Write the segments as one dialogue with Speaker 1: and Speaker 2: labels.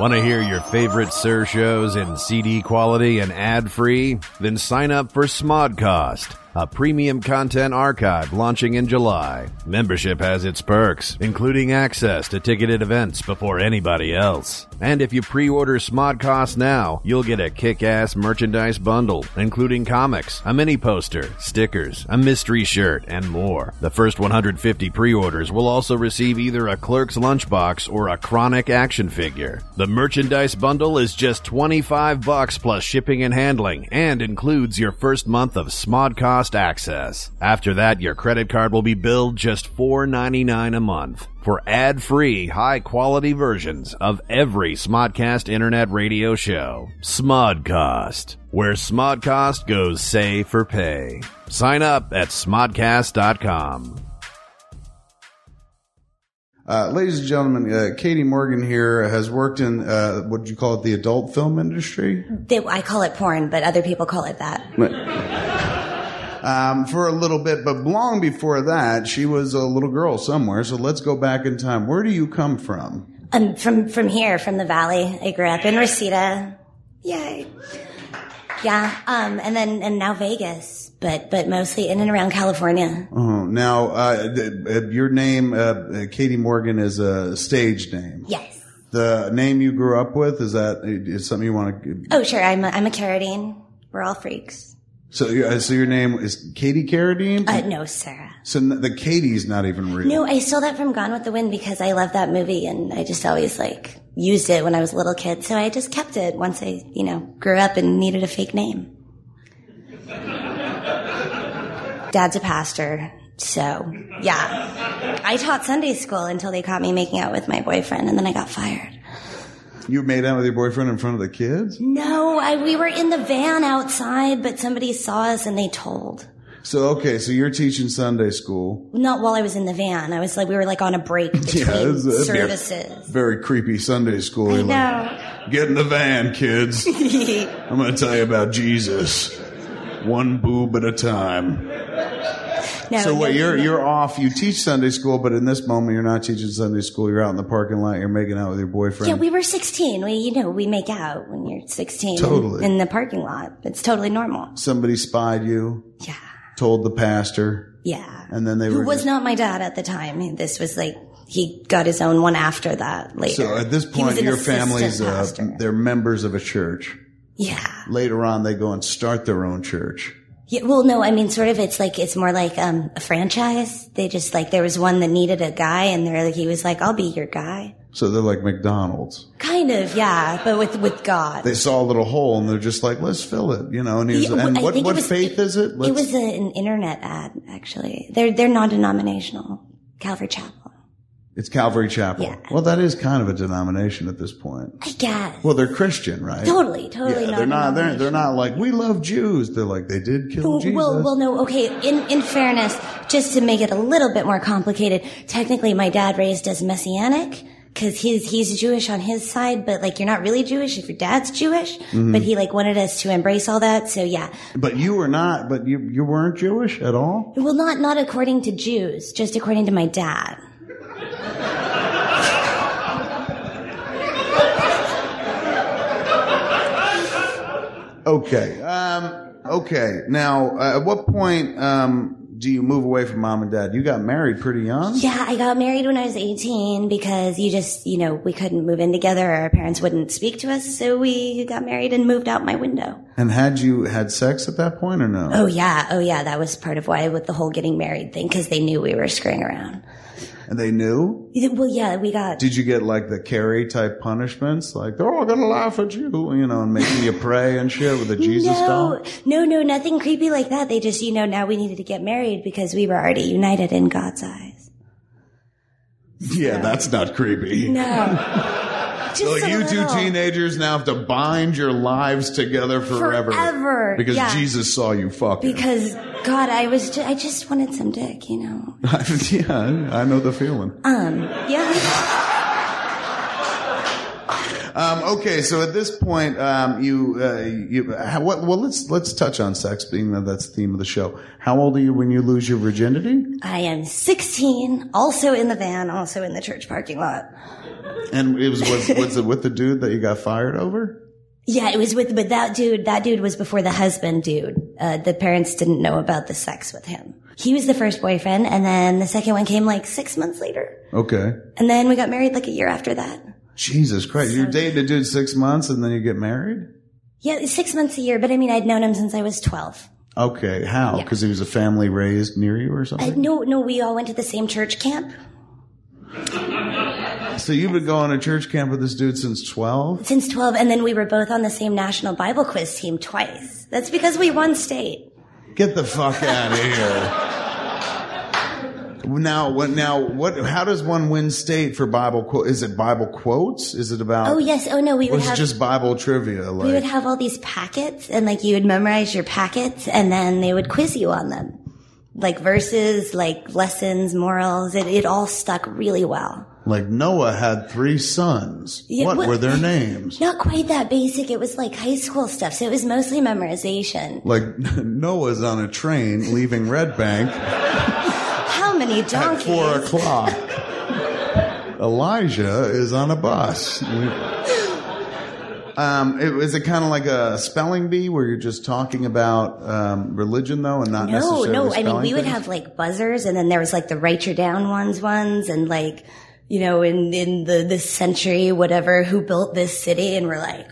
Speaker 1: Want to hear your favorite Sir shows in CD quality and ad free? Then sign up for Smodcast, a premium content archive launching in July. Membership has its perks, including access to ticketed events before anybody else. And if you pre order Smodcast now, you'll get a kick ass merchandise bundle, including comics, a mini poster, stickers, a mystery shirt, and more. The first 150 pre orders will also receive either a clerk's lunchbox or a chronic action figure. The merchandise bundle is just 25 bucks plus shipping and handling and includes your first month of Smodcast access. After that, your credit card will be billed just $4.99 a month for ad-free, high-quality versions of every Smodcast internet radio show. Smodcast, where Smodcast goes say for pay. Sign up at smodcast.com.
Speaker 2: Uh, ladies and gentlemen, uh, Katie Morgan here has worked in uh, what do you call it, the adult film industry
Speaker 3: They, I call it porn, but other people call it that.
Speaker 2: um, for a little bit, but long before that, she was a little girl somewhere. So let's go back in time. Where do you come from?
Speaker 3: Um, from from here, from the valley, I grew up in Reseda. Yay. Yeah. Um, and then and now Vegas, but but mostly in and around California.
Speaker 2: Oh, now uh, th- uh, your name, uh, uh, Katie Morgan, is a stage name.
Speaker 3: Yes.
Speaker 2: The name you grew up with is that is something you want to.
Speaker 3: Oh, sure. I'm a, I'm a Carradine. We're all freaks.
Speaker 2: So, uh, so your name is Katie Carradine.
Speaker 3: Uh, no, Sarah.
Speaker 2: so n- the Katie's not even real.
Speaker 3: No, I stole that from Gone with the Wind because I love that movie, and I just always like used it when I was a little kid. So I just kept it once I you know grew up and needed a fake name. Dad's a pastor, so yeah. I taught Sunday school until they caught me making out with my boyfriend, and then I got fired.
Speaker 2: You made out with your boyfriend in front of the kids.
Speaker 3: No, I, we were in the van outside, but somebody saw us and they told.
Speaker 2: So okay, so you're teaching Sunday school.
Speaker 3: Not while I was in the van. I was like, we were like on a break between
Speaker 2: it's- it'd be a
Speaker 3: services.
Speaker 2: Very creepy Sunday school.
Speaker 3: I
Speaker 2: You're like,
Speaker 3: know.
Speaker 2: Get in the van, kids. I'm going to tell you about Jesus. One boob at a time.
Speaker 3: No,
Speaker 2: So
Speaker 3: no,
Speaker 2: wait, you're
Speaker 3: no.
Speaker 2: you're off. You teach Sunday school, but in this moment, you're not teaching Sunday school. You're out in the parking lot. You're making out with your boyfriend.
Speaker 3: Yeah, we were 16. We, you know, we make out when you're 16 in-
Speaker 2: Totally.
Speaker 3: in, the parking lot. It's totally normal.
Speaker 2: Somebody spied you,
Speaker 3: Yeah.
Speaker 2: told the pastor,
Speaker 3: Yeah.
Speaker 2: and then they
Speaker 3: Who
Speaker 2: were.
Speaker 3: was not my dad at the time. This was like, he got his own one after that later.
Speaker 2: so at this
Speaker 3: He
Speaker 2: point,
Speaker 3: was an
Speaker 2: your
Speaker 3: assistant
Speaker 2: family's uh,
Speaker 3: pastor.
Speaker 2: they're members of a church.
Speaker 3: yeah.
Speaker 2: Later on, they go and start their own church.
Speaker 3: yeah. Well, no, I mean, sort of, it's like, it's more like, um, a franchise. They just like, there was one that needed a guy and they're like, he was like, I'll be your guy.
Speaker 2: So they're like McDonald's.
Speaker 3: Kind of, yeah, but with, with God.
Speaker 2: They saw a little hole and they're just like, let's fill it, you know. And, he was,
Speaker 3: Yeah, well,
Speaker 2: and
Speaker 3: I
Speaker 2: what,
Speaker 3: think it
Speaker 2: what
Speaker 3: was-
Speaker 2: faith is it?
Speaker 3: it was a, an internet ad, actually. They're, they're non-denominational. Calvary Chapel.
Speaker 2: It's Calvary Chapel.
Speaker 3: Yeah.
Speaker 2: Well, that is kind of a denomination at this point.
Speaker 3: I guess.
Speaker 2: Well, they're Christian, right?
Speaker 3: Totally, totally
Speaker 2: Yeah, they're not. They're, they're
Speaker 3: non-denominational.
Speaker 2: not like we love Jews. They're like they did kill
Speaker 3: Well,
Speaker 2: Jesus.
Speaker 3: well, well, no, okay. In in fairness, just to make it a little bit more complicated, technically, my dad raised as messianic because he's he's Jewish on his side, but like you're not really Jewish if your dad's Jewish.
Speaker 2: Mm-hmm.
Speaker 3: But he like wanted us to embrace all that, so yeah.
Speaker 2: but you were not. But you you weren't Jewish at all.
Speaker 3: Well, not not according to Jews, just according to my dad.
Speaker 2: Okay. Um. Okay. Now, uh, at what point um do you move away from mom and dad? You got married pretty young.
Speaker 3: Yeah, I got married when I was 18 because you just, you know, we couldn't move in together. Our parents wouldn't speak to us, so we got married and moved out my window.
Speaker 2: And had you had sex at that point or no?
Speaker 3: Oh yeah, oh yeah, that was part of why with the whole getting married thing because they knew we were screwing around.
Speaker 2: And they knew.
Speaker 3: Yeah, Well, yeah, we got.
Speaker 2: Did you get like the Carrie type punishments? Like they're all gonna laugh at you, you know, and making you pray and shit with a Jesus doll.
Speaker 3: no, no, no, nothing creepy like that. They just, you know, now we needed to get married because we were already united in God's eyes.
Speaker 2: Yeah, that's not creepy.
Speaker 3: No, just
Speaker 2: So
Speaker 3: a
Speaker 2: you two
Speaker 3: little.
Speaker 2: teenagers now have to bind your lives together forever.
Speaker 3: Forever,
Speaker 2: Because
Speaker 3: yeah.
Speaker 2: Jesus saw you fucking.
Speaker 3: Because God, I was, ju- I just wanted some dick, you know.
Speaker 2: yeah,
Speaker 3: Uh,
Speaker 2: I know the feeling.
Speaker 3: Um, yeah.
Speaker 2: Um, okay, so at this point, um, you, uh, you, how, what, well, let's let's touch on sex, being that that's the theme of the show. How old are you when you lose your virginity?
Speaker 3: I am 16, also in the van, also in the church parking lot.
Speaker 2: And it was was, was it with the dude that you got fired over?
Speaker 3: Yeah, it was with, but that dude, that dude was before the husband dude. Uh, the parents didn't know about the sex with him. He was the first boyfriend, and then the second one came like six months later.
Speaker 2: Okay.
Speaker 3: And then we got married like a year after that.
Speaker 2: Jesus Christ, you're dating a dude six months and then you get married?
Speaker 3: Yeah, six months a year, but I mean, I'd known him since I was 12.
Speaker 2: Okay, how? Because he was a family raised near you or
Speaker 3: Uh,
Speaker 2: something?
Speaker 3: No, no, we all went to the same church camp
Speaker 2: So you've been going to church camp with this dude since 12?
Speaker 3: since 12, and then we were both on the same national Bible quiz team twice. That's because we won state.
Speaker 2: Get the fuck out of here. Now, what? Now, what? How does one win state for Bible? Qu- is it Bible quotes? Is it about?
Speaker 3: Oh, yes. Oh, no, we
Speaker 2: Or
Speaker 3: would
Speaker 2: is it
Speaker 3: have.
Speaker 2: just Bible trivia?
Speaker 3: we would
Speaker 2: Like,
Speaker 3: have all these packets and like you would memorize your packets and then they would quiz you on them like verses like lessons morals it, it all stuck really well
Speaker 2: like Noah had three sons.
Speaker 3: Yeah,
Speaker 2: what
Speaker 3: what-
Speaker 2: were their names?
Speaker 3: not quite that basic it was like high school stuff so it was mostly memorization
Speaker 2: Like Noah's on a train leaving Red Bank.
Speaker 3: how many
Speaker 2: at
Speaker 3: donkeys
Speaker 2: four o'clock. Elijah is on a bus. Um, it, is it kind of like a spelling bee where you're just talking about um, religion though, and not
Speaker 3: no
Speaker 2: necessarily
Speaker 3: no i mean
Speaker 2: spelling
Speaker 3: we would
Speaker 2: things?
Speaker 3: have like buzzers and then there was like the write your down ones ones and like you know in in the this century whatever who built this city and we're like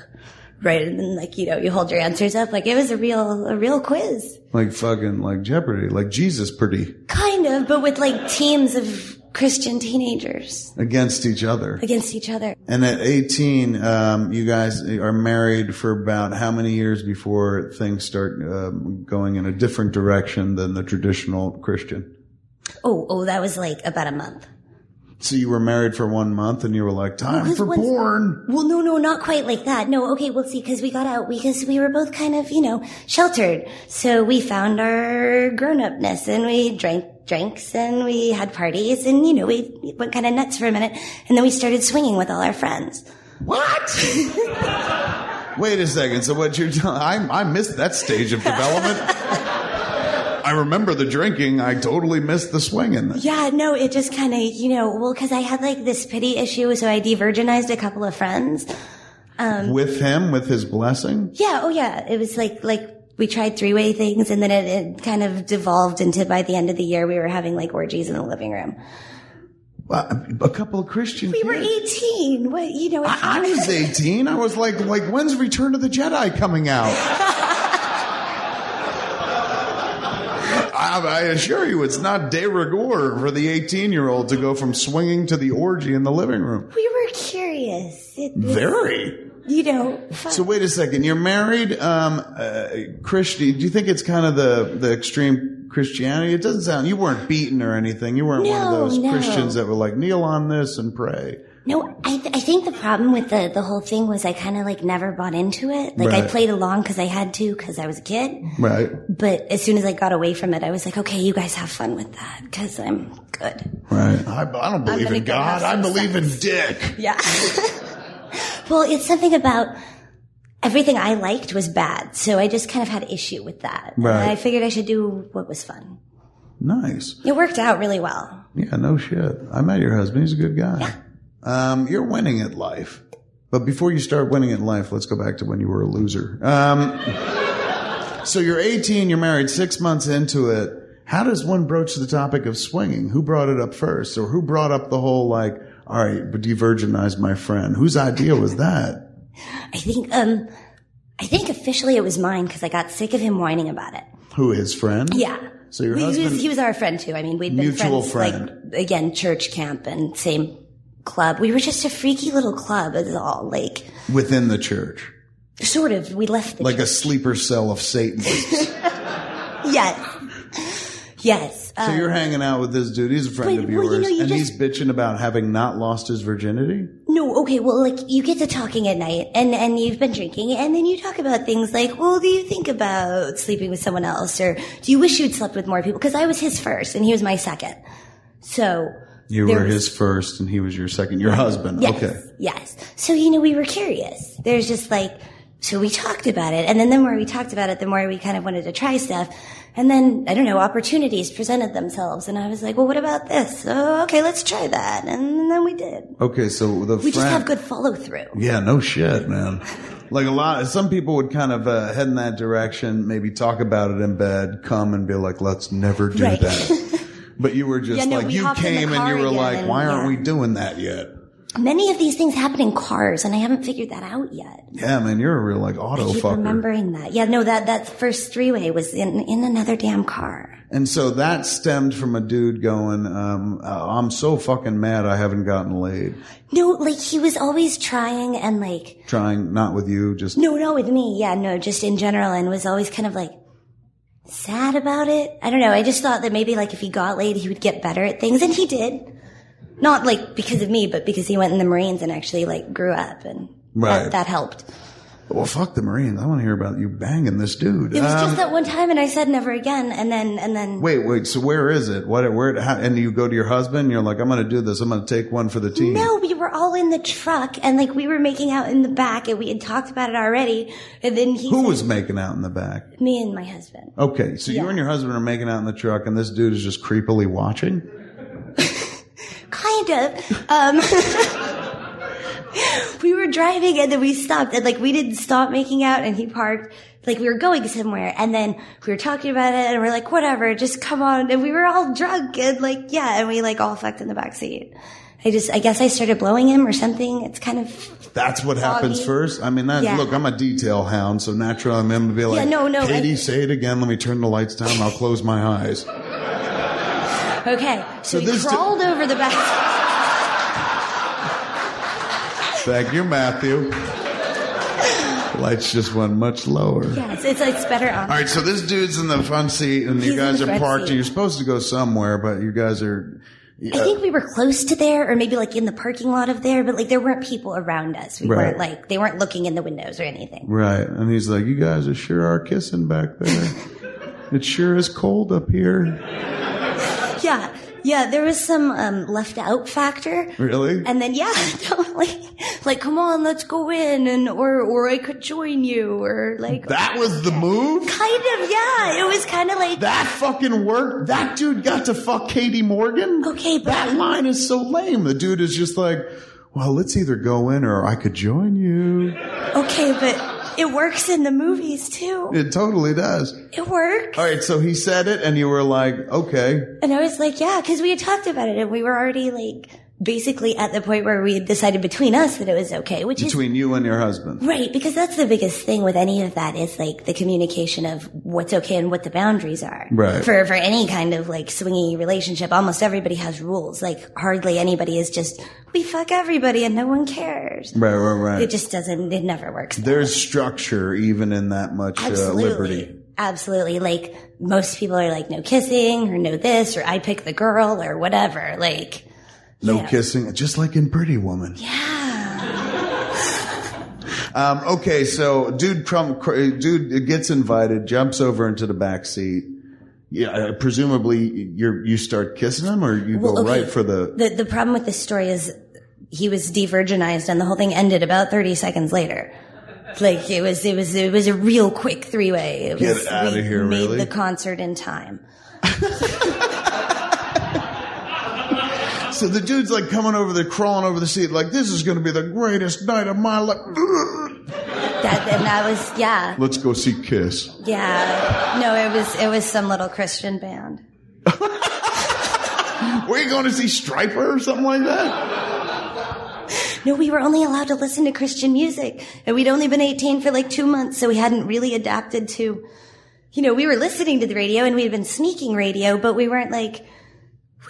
Speaker 3: right and then like you know you hold your answers up like it was a real a real quiz
Speaker 2: like fucking like Jeopardy, like Jesus pretty
Speaker 3: kind of but with like teams of christian teenagers
Speaker 2: against each other.
Speaker 3: against each other
Speaker 2: And at 18, um, you guys are married for about how many years before things start um, going in a different direction than the traditional Christian?
Speaker 3: oh oh that was like about a month
Speaker 2: So you were married for one month, and you were like, "Time
Speaker 3: Because
Speaker 2: for
Speaker 3: once-
Speaker 2: porn."
Speaker 3: Well, no, no, not quite like that. No, okay, well, see, because we got out because we were both kind of, you know, sheltered. So we found our grown upness and we drank drinks and we had parties and, you know, we went kind of nuts for a minute. And then we started swinging with all our friends.
Speaker 2: What? Wait a second. So what you're telling? I I missed that stage of development. I remember the drinking. I totally missed the swinging.
Speaker 3: Yeah, no, it just kind of, you know, well, because I had like this pity issue. So I de-virginized a couple of friends. Um,
Speaker 2: With him, with his blessing.
Speaker 3: Yeah, oh yeah. It was like, like, we tried three-way things and then it, it kind of devolved into by the end of the year we were having like orgies in the living room.
Speaker 2: Well, a couple of Christian.
Speaker 3: We were
Speaker 2: kids.
Speaker 3: 18. What, you know, it's-
Speaker 2: I was 18. I was like, like, when's Return of the Jedi coming out? I, I assure you, it's not de rigueur for the 18 year old to go from swinging to the orgy in the living room.
Speaker 3: we were curious. It, it-
Speaker 2: Very.
Speaker 3: you know, fuck.
Speaker 2: So wait a second. You're married, um, uh, Christy. Do you think it's kind of the the extreme Christianity? It doesn't sound. You weren't beaten or anything. You weren't one of
Speaker 3: No,
Speaker 2: those
Speaker 3: no.
Speaker 2: Christians that were like kneel on this and pray.
Speaker 3: no, I, th- I think the problem with the, the whole thing was I kind of like never bought into it. Like I
Speaker 2: Right.
Speaker 3: played along because I had to because I was a kid.
Speaker 2: Right.
Speaker 3: But as soon as I got away from it, I was like, okay, you guys have fun with that because I'm good.
Speaker 2: Right. I, I don't believe
Speaker 3: gonna
Speaker 2: in
Speaker 3: go have
Speaker 2: God. I
Speaker 3: some
Speaker 2: believe in dick.
Speaker 3: Yeah. well, it's something about everything I liked was bad. So I just kind of had issue with that.
Speaker 2: Right.
Speaker 3: And I figured I should do what was fun.
Speaker 2: Nice.
Speaker 3: It worked out really well.
Speaker 2: Yeah, no shit. I met your husband. He's a good guy. Um, you're winning at life. But before you start winning at life, let's go back to when you were a loser. Um, so you're 18, you're married six months into it. How does one broach the topic of swinging? Who brought it up first? Or who brought up the whole, like, all right, but you virginized my friend? Whose idea was that?
Speaker 3: I think, um, I think officially it was mine because I got sick of him whining about it.
Speaker 2: Who, his friend?
Speaker 3: Yeah.
Speaker 2: So your
Speaker 3: he,
Speaker 2: husband-
Speaker 3: was, he was our friend too. I mean, we'd been
Speaker 2: Mutual
Speaker 3: friends,
Speaker 2: friend.
Speaker 3: like, again, church camp and same club. We were just a freaky little club is all, like,
Speaker 2: Within the church.
Speaker 3: sort of, we left the
Speaker 2: Like a sleeper cell of Satan. so
Speaker 3: Yes. Yes. Uh,
Speaker 2: you're hanging out with this dude. He's a friend
Speaker 3: But,
Speaker 2: of
Speaker 3: well, you
Speaker 2: yours.
Speaker 3: know, you
Speaker 2: and
Speaker 3: just-
Speaker 2: he's bitching about having not lost his virginity?
Speaker 3: no, okay, well, like, you get to talking at night and, and you've been drinking and then you talk about things like, well, do you think about sleeping with someone else or do you wish you'd slept with more people? Cause I was his first and he was my second. So
Speaker 2: You
Speaker 3: there
Speaker 2: were
Speaker 3: was-
Speaker 2: his first, and he was your second. Your husband.
Speaker 3: Yes.
Speaker 2: Okay.
Speaker 3: Yes. So, you know, we were curious. There's just like, so we talked about it. And then the more we talked about it, the more we kind of wanted to try stuff. And then, I don't know, opportunities presented themselves. And I was like, well, what about this? Oh, okay, let's try that. And then we did.
Speaker 2: Okay. So the
Speaker 3: We
Speaker 2: friend.
Speaker 3: just have good follow through.
Speaker 2: Yeah, no shit, man. Like a lot, some people would kind of uh, head in that direction, maybe talk about it in bed, come and be like, let's never do
Speaker 3: Right.
Speaker 2: that. But you were just
Speaker 3: Yeah, no,
Speaker 2: like,
Speaker 3: we
Speaker 2: you
Speaker 3: hopped in the
Speaker 2: came and
Speaker 3: car
Speaker 2: you were
Speaker 3: again
Speaker 2: like,
Speaker 3: and-
Speaker 2: why aren't
Speaker 3: yeah.
Speaker 2: we doing that yet?
Speaker 3: Many of these things happen in cars and I haven't figured that out yet.
Speaker 2: Yeah, man, you're a real like auto
Speaker 3: Keep
Speaker 2: fucker.
Speaker 3: remembering that. Yeah, no, that, that first three way was in, in another damn car.
Speaker 2: And so that stemmed from a dude going, um, uh, I'm so fucking mad I haven't gotten laid.
Speaker 3: No, like he was always trying and like,
Speaker 2: Trying, not with you, just
Speaker 3: No, not with me. Yeah, no, just in general, and was always kind of like sad about it. I don't know. I just thought that maybe like if he got laid, he would get better at things, and he did. Not like because of me, but because he went in the Marines and actually like grew up, and
Speaker 2: Right.
Speaker 3: that, that helped.
Speaker 2: well, fuck the Marines. I want to hear about you banging this dude.
Speaker 3: It was
Speaker 2: Um,
Speaker 3: just that one time, and I said never again, and then and then
Speaker 2: Wait, wait. So where is it? What? Where? How, and you go to your husband. You're like, I'm going to do this. I'm going to take one for the team.
Speaker 3: No, we were all in the truck, and like we were making out in the back, and we had talked about it already. And then he,
Speaker 2: Who
Speaker 3: said-
Speaker 2: was making out in the back?
Speaker 3: me and my husband?
Speaker 2: Okay, so you and your husband are making out in the truck, and this dude is just creepily watching.
Speaker 3: kind of. Um, we were driving and then we stopped and like we didn't stop making out and he parked. Like we were going somewhere and then we were talking about it and we're like, whatever, just come on. And we were all drunk and like, yeah. And we like all fucked in the back seat. I just, I guess I started blowing him or something. It's kind of,
Speaker 2: That's what happens
Speaker 3: Foggy.
Speaker 2: first. I mean, that,
Speaker 3: Yeah.
Speaker 2: look, I'm a detail hound, so naturally I'm going to be like,
Speaker 3: no, no,
Speaker 2: Katie,
Speaker 3: I-
Speaker 2: say it again. Let me turn the lights down. I'll close my eyes.
Speaker 3: okay.
Speaker 2: So
Speaker 3: So, he
Speaker 2: this d-
Speaker 3: crawled over the back.
Speaker 2: Thank you, Matthew. Lights just went much lower.
Speaker 3: Yeah, it's, it's, it's better on.
Speaker 2: All right, so this dude's in the front seat, and
Speaker 3: He's
Speaker 2: you
Speaker 3: in
Speaker 2: guys
Speaker 3: the
Speaker 2: are
Speaker 3: front
Speaker 2: parked,
Speaker 3: seat.
Speaker 2: and you're supposed to go somewhere, but you guys are.
Speaker 3: I think we were close to there or maybe like in the parking lot of there, but like there weren't people around us. We
Speaker 2: Right.
Speaker 3: weren't like, they weren't looking in the windows or anything.
Speaker 2: Right. And he's like, You guys are sure are kissing back there. it sure is cold up here.
Speaker 3: Yeah, yeah. There was some um, left out factor,
Speaker 2: Really?
Speaker 3: and then yeah, totally. Like, come on, let's go in, and or or I could join you, or like
Speaker 2: that was the move?
Speaker 3: kind of yeah. It was kind of like
Speaker 2: That fucking worked. That dude got to fuck Katie Morgan.
Speaker 3: Okay, but-
Speaker 2: that line is so lame. The dude is just like, well, let's either go in or I could join you.
Speaker 3: okay, but it works in the movies too.
Speaker 2: It totally does.
Speaker 3: It works,
Speaker 2: All right, so he said it, and you were like, okay,
Speaker 3: and I was like, yeah, because we had talked about it, and we were already like basically at the point where we had decided between us that it was okay, which is
Speaker 2: between you and your husband.
Speaker 3: Right, because that's the biggest thing with any of that is like the communication of what's okay and what the boundaries are.
Speaker 2: Right.
Speaker 3: For for any kind of like swingy relationship, almost everybody has rules. Like hardly anybody is just we fuck everybody and no one cares.
Speaker 2: Right, right, right.
Speaker 3: It just doesn't. It never works.
Speaker 2: There's structure even in that much uh,
Speaker 3: Absolutely.
Speaker 2: liberty.
Speaker 3: Absolutely. Like most people are like no kissing or no this or I pick the girl or whatever. Like
Speaker 2: No
Speaker 3: Yeah.
Speaker 2: kissing, just like in Pretty Woman. Yeah. um, okay, so dude, Trump, dude gets invited, jumps over into the back seat. Yeah, uh, presumably you you start kissing him, or you
Speaker 3: Well,
Speaker 2: go
Speaker 3: okay.
Speaker 2: right for the.
Speaker 3: the the problem with this story is he was de-virginized and the whole thing ended about 30 seconds later. Like it was it was it was a real quick three way. It
Speaker 2: Get
Speaker 3: was
Speaker 2: outta
Speaker 3: we
Speaker 2: here,
Speaker 3: made
Speaker 2: really?
Speaker 3: the concert in time.
Speaker 2: So the dude's like coming over there, crawling over the seat, like this is going to be the greatest night of my life.
Speaker 3: That and that was yeah.
Speaker 2: Let's go see Kiss.
Speaker 3: Yeah. No, it was it was some little Christian band.
Speaker 2: Were you going to see Striper or something like that?
Speaker 3: No, we were only allowed to listen to Christian music. And we'd only been 18 for like two months, so we hadn't really adapted to, you know, we were listening to the radio and we'd been sneaking radio, but we weren't like,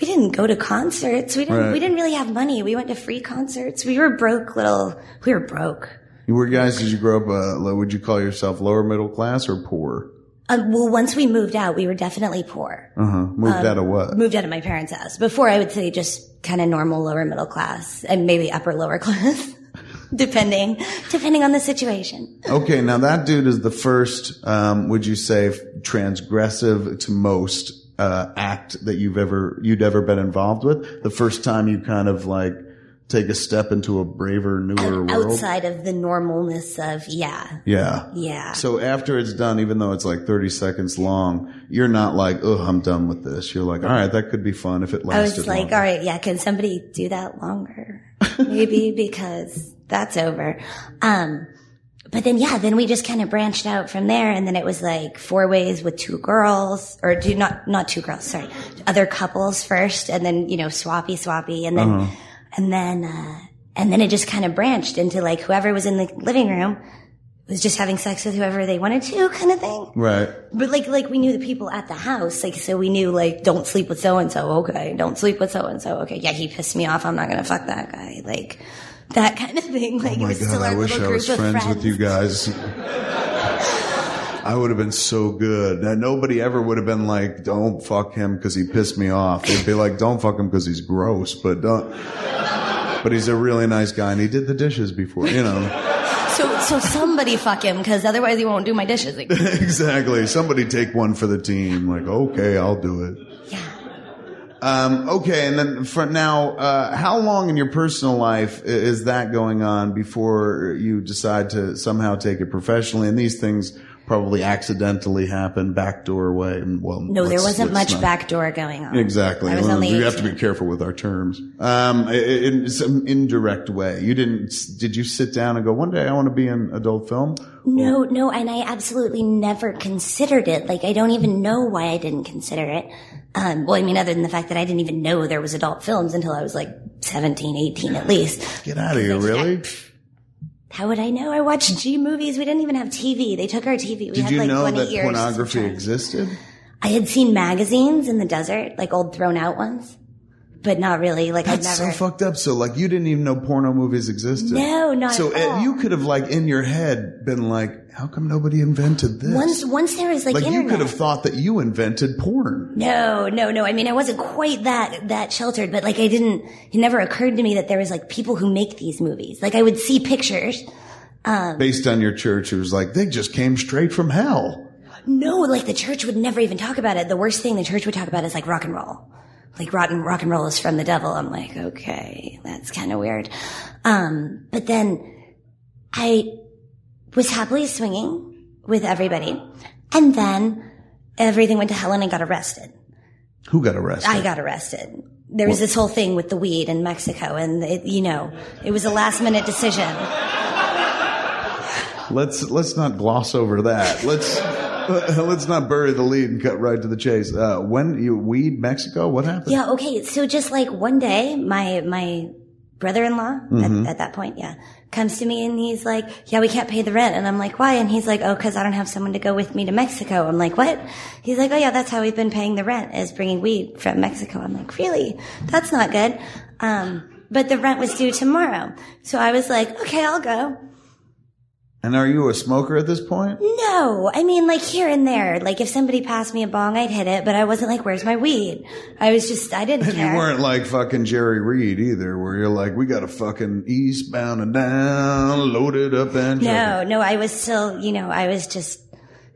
Speaker 3: we didn't go to concerts. We didn't,
Speaker 2: Right.
Speaker 3: we didn't really have money. We went to free concerts. We were broke little, we were broke.
Speaker 2: You were guys. Did you grow up? Uh, would you call yourself lower middle class or poor?
Speaker 3: Um, well, once we moved out, we were definitely poor.
Speaker 2: Uh huh. Moved out of what?
Speaker 3: Moved out of my parents' house. Before, I would say just kind of normal lower middle class and maybe upper lower class, depending, depending on the situation.
Speaker 2: Okay, now that dude is the first, um, would you say, f- transgressive to most uh, act that you've ever you'd ever been involved with? The first time you kind of like take a step into a braver, newer world.
Speaker 3: outside of the normalness of yeah,
Speaker 2: Yeah.
Speaker 3: yeah.
Speaker 2: So after it's done, even though it's like 30 seconds long, you're not like, ugh, I'm done with this. You're like, all right, that could be fun if it
Speaker 3: I
Speaker 2: lasted
Speaker 3: was like,
Speaker 2: longer.
Speaker 3: all right, yeah, can somebody do that longer? Maybe because that's over. Um, but then, yeah, then we just kind of branched out from there. And then it was like four ways with two girls or two, not, not two girls, sorry, other couples first. And then, you know, swappy, swappy. And then,
Speaker 2: Uh-huh.
Speaker 3: and then, uh, and then it just kind of branched into like whoever was in the living room was just having sex with whoever they wanted to kind of thing.
Speaker 2: Right.
Speaker 3: But like, like we knew the people at the house, like so we knew like, don't sleep with so and so, okay, don't sleep with so and so, okay, yeah, he pissed me off, I'm not gonna fuck that guy, like that kind of thing. Like,
Speaker 2: Oh
Speaker 3: it
Speaker 2: my
Speaker 3: was still
Speaker 2: God,
Speaker 3: our
Speaker 2: I wish
Speaker 3: little
Speaker 2: I
Speaker 3: group
Speaker 2: was
Speaker 3: of
Speaker 2: friends with you guys. I would have been so good. Now, nobody ever would have been like, don't fuck him because he pissed me off. They'd be like, don't fuck him because he's gross, but don't. But he's a really nice guy and he did the dishes before, you know.
Speaker 3: So, so somebody fuck him because otherwise he won't do my dishes. Like,
Speaker 2: exactly. Somebody take one for the team. Like, okay, I'll do it.
Speaker 3: yeah,
Speaker 2: Um, okay, and then for now, uh, how long in your personal life i- is that going on before you decide to somehow take it professionally? And these things probably accidentally happen backdoor way. And well,
Speaker 3: no, there
Speaker 2: let's-
Speaker 3: wasn't
Speaker 2: let's
Speaker 3: much
Speaker 2: not-
Speaker 3: backdoor going on.
Speaker 2: Exactly.
Speaker 3: I was
Speaker 2: Well,
Speaker 3: only
Speaker 2: you have to
Speaker 3: 18.
Speaker 2: be careful with our terms. Um, i- i- in some indirect way, you didn't. Did you sit down and go, "One day I want to be in adult film"?
Speaker 3: No, no, and I absolutely never considered it. Like, I don't even know why I didn't consider it. Um, well, I mean, other than the fact that I didn't even know there was adult films until I was like 17, 18 at least.
Speaker 2: Get out of here! Really?
Speaker 3: How would I know? I watched G movies. We didn't even have TV. They took our TV. We
Speaker 2: Did
Speaker 3: had
Speaker 2: you
Speaker 3: like
Speaker 2: know
Speaker 3: 20
Speaker 2: that
Speaker 3: years
Speaker 2: pornography
Speaker 3: to try.
Speaker 2: existed?
Speaker 3: I had seen magazines in the desert, like old thrown out ones, but not really. Like I'd
Speaker 2: That's
Speaker 3: never.
Speaker 2: so fucked up. So like you didn't even know porno movies existed.
Speaker 3: No, not
Speaker 2: So
Speaker 3: at
Speaker 2: uh,
Speaker 3: all.
Speaker 2: you could have like in your head been like, how come nobody invented this?
Speaker 3: once, once there was like,
Speaker 2: like
Speaker 3: internet.
Speaker 2: you could have thought that you invented porn.
Speaker 3: No, no, no. I mean, I wasn't quite that, that sheltered, but like I didn't, it never occurred to me that there was like people who make these movies. Like I would see pictures.
Speaker 2: Based on your church, it was like they just came straight from hell.
Speaker 3: No, like the church would never even talk about it. The worst thing the church would talk about is like rock and roll. Like rotten rock and roll is from the devil. I'm like, okay, that's kind of weird. Um, but then I was happily swinging with everybody. And then everything went to hell and I got arrested.
Speaker 2: Who got arrested?
Speaker 3: I got arrested. There was this whole thing with the weed in Mexico, and it, you know, it was a last minute decision.
Speaker 2: let's let's not gloss over that. Let's let's not bury the lead and cut right to the chase. Uh, when you weed Mexico, what happened?
Speaker 3: Yeah, okay. So just like one day, my my brother-in-law
Speaker 2: Mm-hmm.
Speaker 3: at, at that point, yeah, comes to me and he's like, "Yeah, we can't pay the rent," and I'm like, "Why?" And he's like, "Oh, because I don't have someone to go with me to Mexico." I'm like, "What?" He's like, "Oh yeah, that's how we've been paying the rent is bringing weed from Mexico." I'm like, "Really? That's not good." Um, but the rent was due tomorrow, so I was like, "Okay, I'll go."
Speaker 2: And are you a smoker at this point?
Speaker 3: No, I mean like here and there. Like if somebody passed me a bong, I'd hit it, but I wasn't like, "Where's my weed?" I was just, I didn't care.
Speaker 2: You weren't like fucking Jerry Reed either, where you're like, we got a fucking eastbound and down, loaded up and
Speaker 3: No, no, I was still, you know, I was just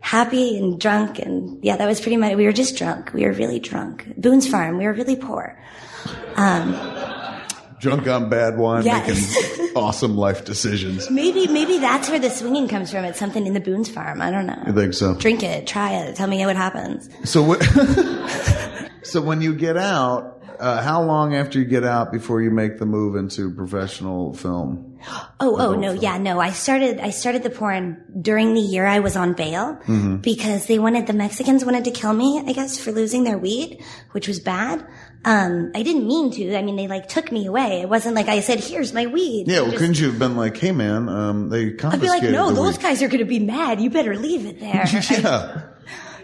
Speaker 3: happy and drunk and yeah, that was pretty much, we were just drunk. We were really drunk. Boone's Farm, we were really poor.
Speaker 2: drunk on bad wine,
Speaker 3: Yes.
Speaker 2: making awesome life decisions.
Speaker 3: Maybe, maybe that's where the swinging comes from. It's something in the Boone's Farm. I don't
Speaker 2: I
Speaker 3: know.
Speaker 2: think so.
Speaker 3: Drink it, try it, tell me what happens.
Speaker 2: So, wh- so when you get out, uh, how long after you get out before you make the move into professional film?
Speaker 3: Oh, oh,
Speaker 2: Adult
Speaker 3: no,
Speaker 2: film.
Speaker 3: yeah, no, I started, I started the porn during the year I was on bail because they wanted, the Mexicans wanted to kill me, I guess, for losing their weed, which was bad. Um, I didn't mean to. I mean, they like took me away. It wasn't like I said, here's my weed.
Speaker 2: Yeah,
Speaker 3: They
Speaker 2: well,
Speaker 3: just-
Speaker 2: couldn't you have been like, "Hey, man, um, they
Speaker 3: I'd be
Speaker 2: confiscated
Speaker 3: like, no,
Speaker 2: the
Speaker 3: those
Speaker 2: weed."
Speaker 3: guys are going to be mad. You better leave it there.
Speaker 2: yeah,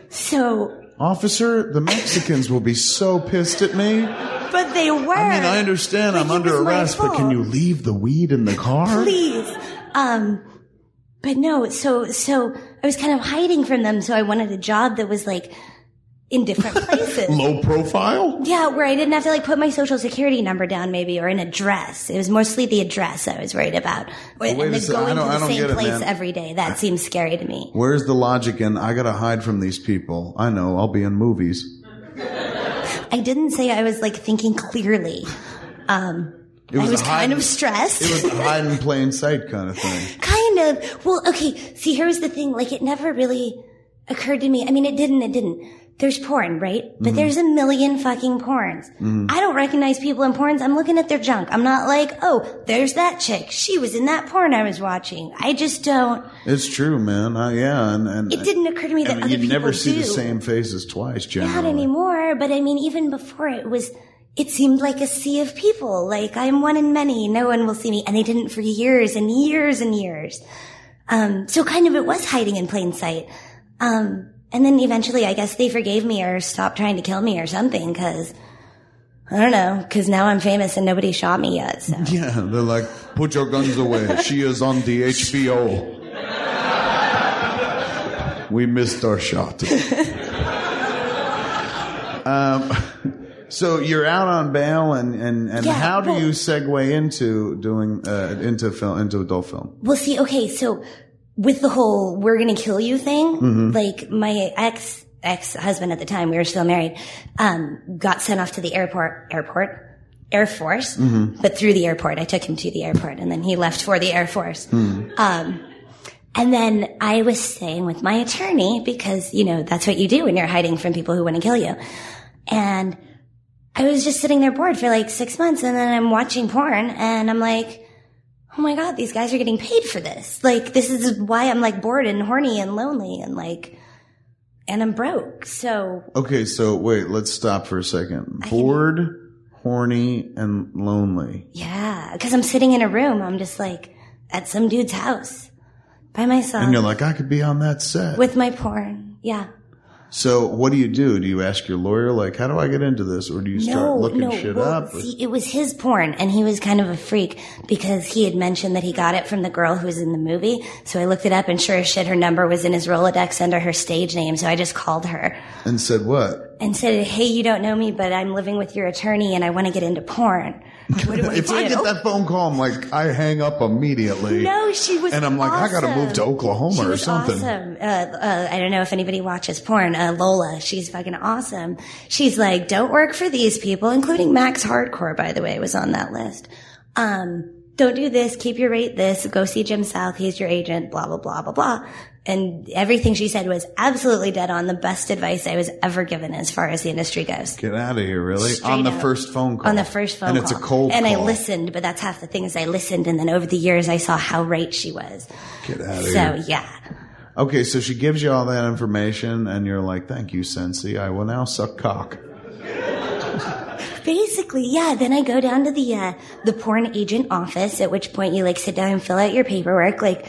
Speaker 3: So,
Speaker 2: officer, the Mexicans will be so pissed at me.
Speaker 3: but they were.
Speaker 2: I mean, I understand
Speaker 3: Like,
Speaker 2: I'm
Speaker 3: it
Speaker 2: under
Speaker 3: was my
Speaker 2: arrest, but can
Speaker 3: fault.
Speaker 2: you leave the weed in the car?
Speaker 3: Please. Um, but no, so, so I was kind of hiding from them. So I wanted a job that was like in different places.
Speaker 2: Low profile.
Speaker 3: Yeah, where I didn't have to like put my social security number down, maybe, or an address. It was mostly the address I was worried about, or,
Speaker 2: wait a
Speaker 3: and then
Speaker 2: sec- I
Speaker 3: going
Speaker 2: don't- I
Speaker 3: to the
Speaker 2: don't
Speaker 3: same
Speaker 2: get it,
Speaker 3: place
Speaker 2: man.
Speaker 3: every day. That seems scary to me.
Speaker 2: Where's the logic in I gotta hide from these people? I know, I'll be in movies.
Speaker 3: I didn't say I was like thinking clearly. Um,
Speaker 2: It was
Speaker 3: I
Speaker 2: a
Speaker 3: was
Speaker 2: hide-
Speaker 3: kind of stressed.
Speaker 2: It was a hide in plain sight kind of thing.
Speaker 3: kind of. Well, okay. See, here's the thing. Like, it never really occurred to me. I mean, it didn't. It didn't. There's porn, right? But
Speaker 2: Mm-hmm.
Speaker 3: there's a million fucking porns. I don't recognize people in porns. I'm looking at their junk. I'm not like, oh, there's that chick. She was in that porn I was watching. I just don't.
Speaker 2: It's true, man. Uh, yeah, and, and
Speaker 3: It didn't occur to me that
Speaker 2: I mean,
Speaker 3: other
Speaker 2: you'd
Speaker 3: people
Speaker 2: never see
Speaker 3: do.
Speaker 2: the same faces twice, generally.
Speaker 3: Not anymore, but I mean, even before it was, it seemed like a sea of people. Like, I'm one in many. No one will see me. And they didn't for years and years and years. Um, so kind of it was hiding in plain sight. Um, and then eventually, I guess they forgave me or stopped trying to kill me or something, cause, I don't know, cause now I'm famous and nobody shot me yet, so.
Speaker 2: Yeah, they're like, put your guns away. she is on the HBO. we missed our shot. um, so you're out on bail, and and, and
Speaker 3: Yeah,
Speaker 2: how do
Speaker 3: well-
Speaker 2: you segue into doing uh, into film into adult film?
Speaker 3: Well, see, okay, so with the whole "we're gonna kill you" thing, like my ex ex husband at the time, we were still married, um, got sent off to the airport, airport, Air Force, but through the airport. I took him to the airport, and then he left for the Air Force. Um, and then I was staying with my attorney because you know that's what you do when you're hiding from people who want to kill you, and. I was just sitting there bored for like six months and then I'm watching porn and I'm like, oh my god, these guys are getting paid for this. Like, this is why I'm like bored and horny and lonely and like, and I'm broke. So
Speaker 2: Okay, so wait, let's stop for a second. Bored, horny, and lonely.
Speaker 3: yeah, cause I'm sitting in a room. I'm just like at some dude's house by myself
Speaker 2: And you're like, I could be on that set.
Speaker 3: Uh, with my porn. Yeah.
Speaker 2: so what do you do? Do you ask your lawyer, like, how do I get into this? Or do you start
Speaker 3: No,
Speaker 2: looking
Speaker 3: no.
Speaker 2: shit
Speaker 3: well,
Speaker 2: up? or-
Speaker 3: See, it was his porn and he was kind of a freak because he had mentioned that he got it from the girl who was in the movie. So I looked it up and sure as shit, her number was in his Rolodex under her stage name. So I just called her.
Speaker 2: and said what?
Speaker 3: and said, "Hey, you don't know me, but I'm living with your attorney, and I want to get into porn." What do I
Speaker 2: If
Speaker 3: do?
Speaker 2: I get that phone call, I'm like, I hang up immediately.
Speaker 3: no, she was.
Speaker 2: And I'm like, I got to
Speaker 3: awesome.
Speaker 2: move to Oklahoma
Speaker 3: She
Speaker 2: or
Speaker 3: was
Speaker 2: something.
Speaker 3: Awesome. Uh, uh, I don't know if anybody watches porn. Uh, Lola, she's fucking awesome. She's like, don't work for these people, including Max Hardcore, by the way, was on that list. Um, don't do this. Keep your rate this. Go see Jim South. He's your agent. Blah blah blah blah blah. And everything she said was absolutely dead on. The best advice I was ever given as far as the industry goes.
Speaker 2: Get out of here, really?
Speaker 3: Straight
Speaker 2: on the
Speaker 3: up.
Speaker 2: first phone call.
Speaker 3: On the first phone
Speaker 2: And
Speaker 3: call.
Speaker 2: it's a cold
Speaker 3: And
Speaker 2: call.
Speaker 3: I listened, but that's half the thing is I listened. And then over the years, I saw how right she was.
Speaker 2: Get out of
Speaker 3: So
Speaker 2: here.
Speaker 3: yeah.
Speaker 2: Okay, so she gives you all that information, and you're like, thank you, Sensi. I will now suck cock.
Speaker 3: Basically, yeah. Then I go down to the, uh, the porn agent office, at which point you like sit down and fill out your paperwork. Like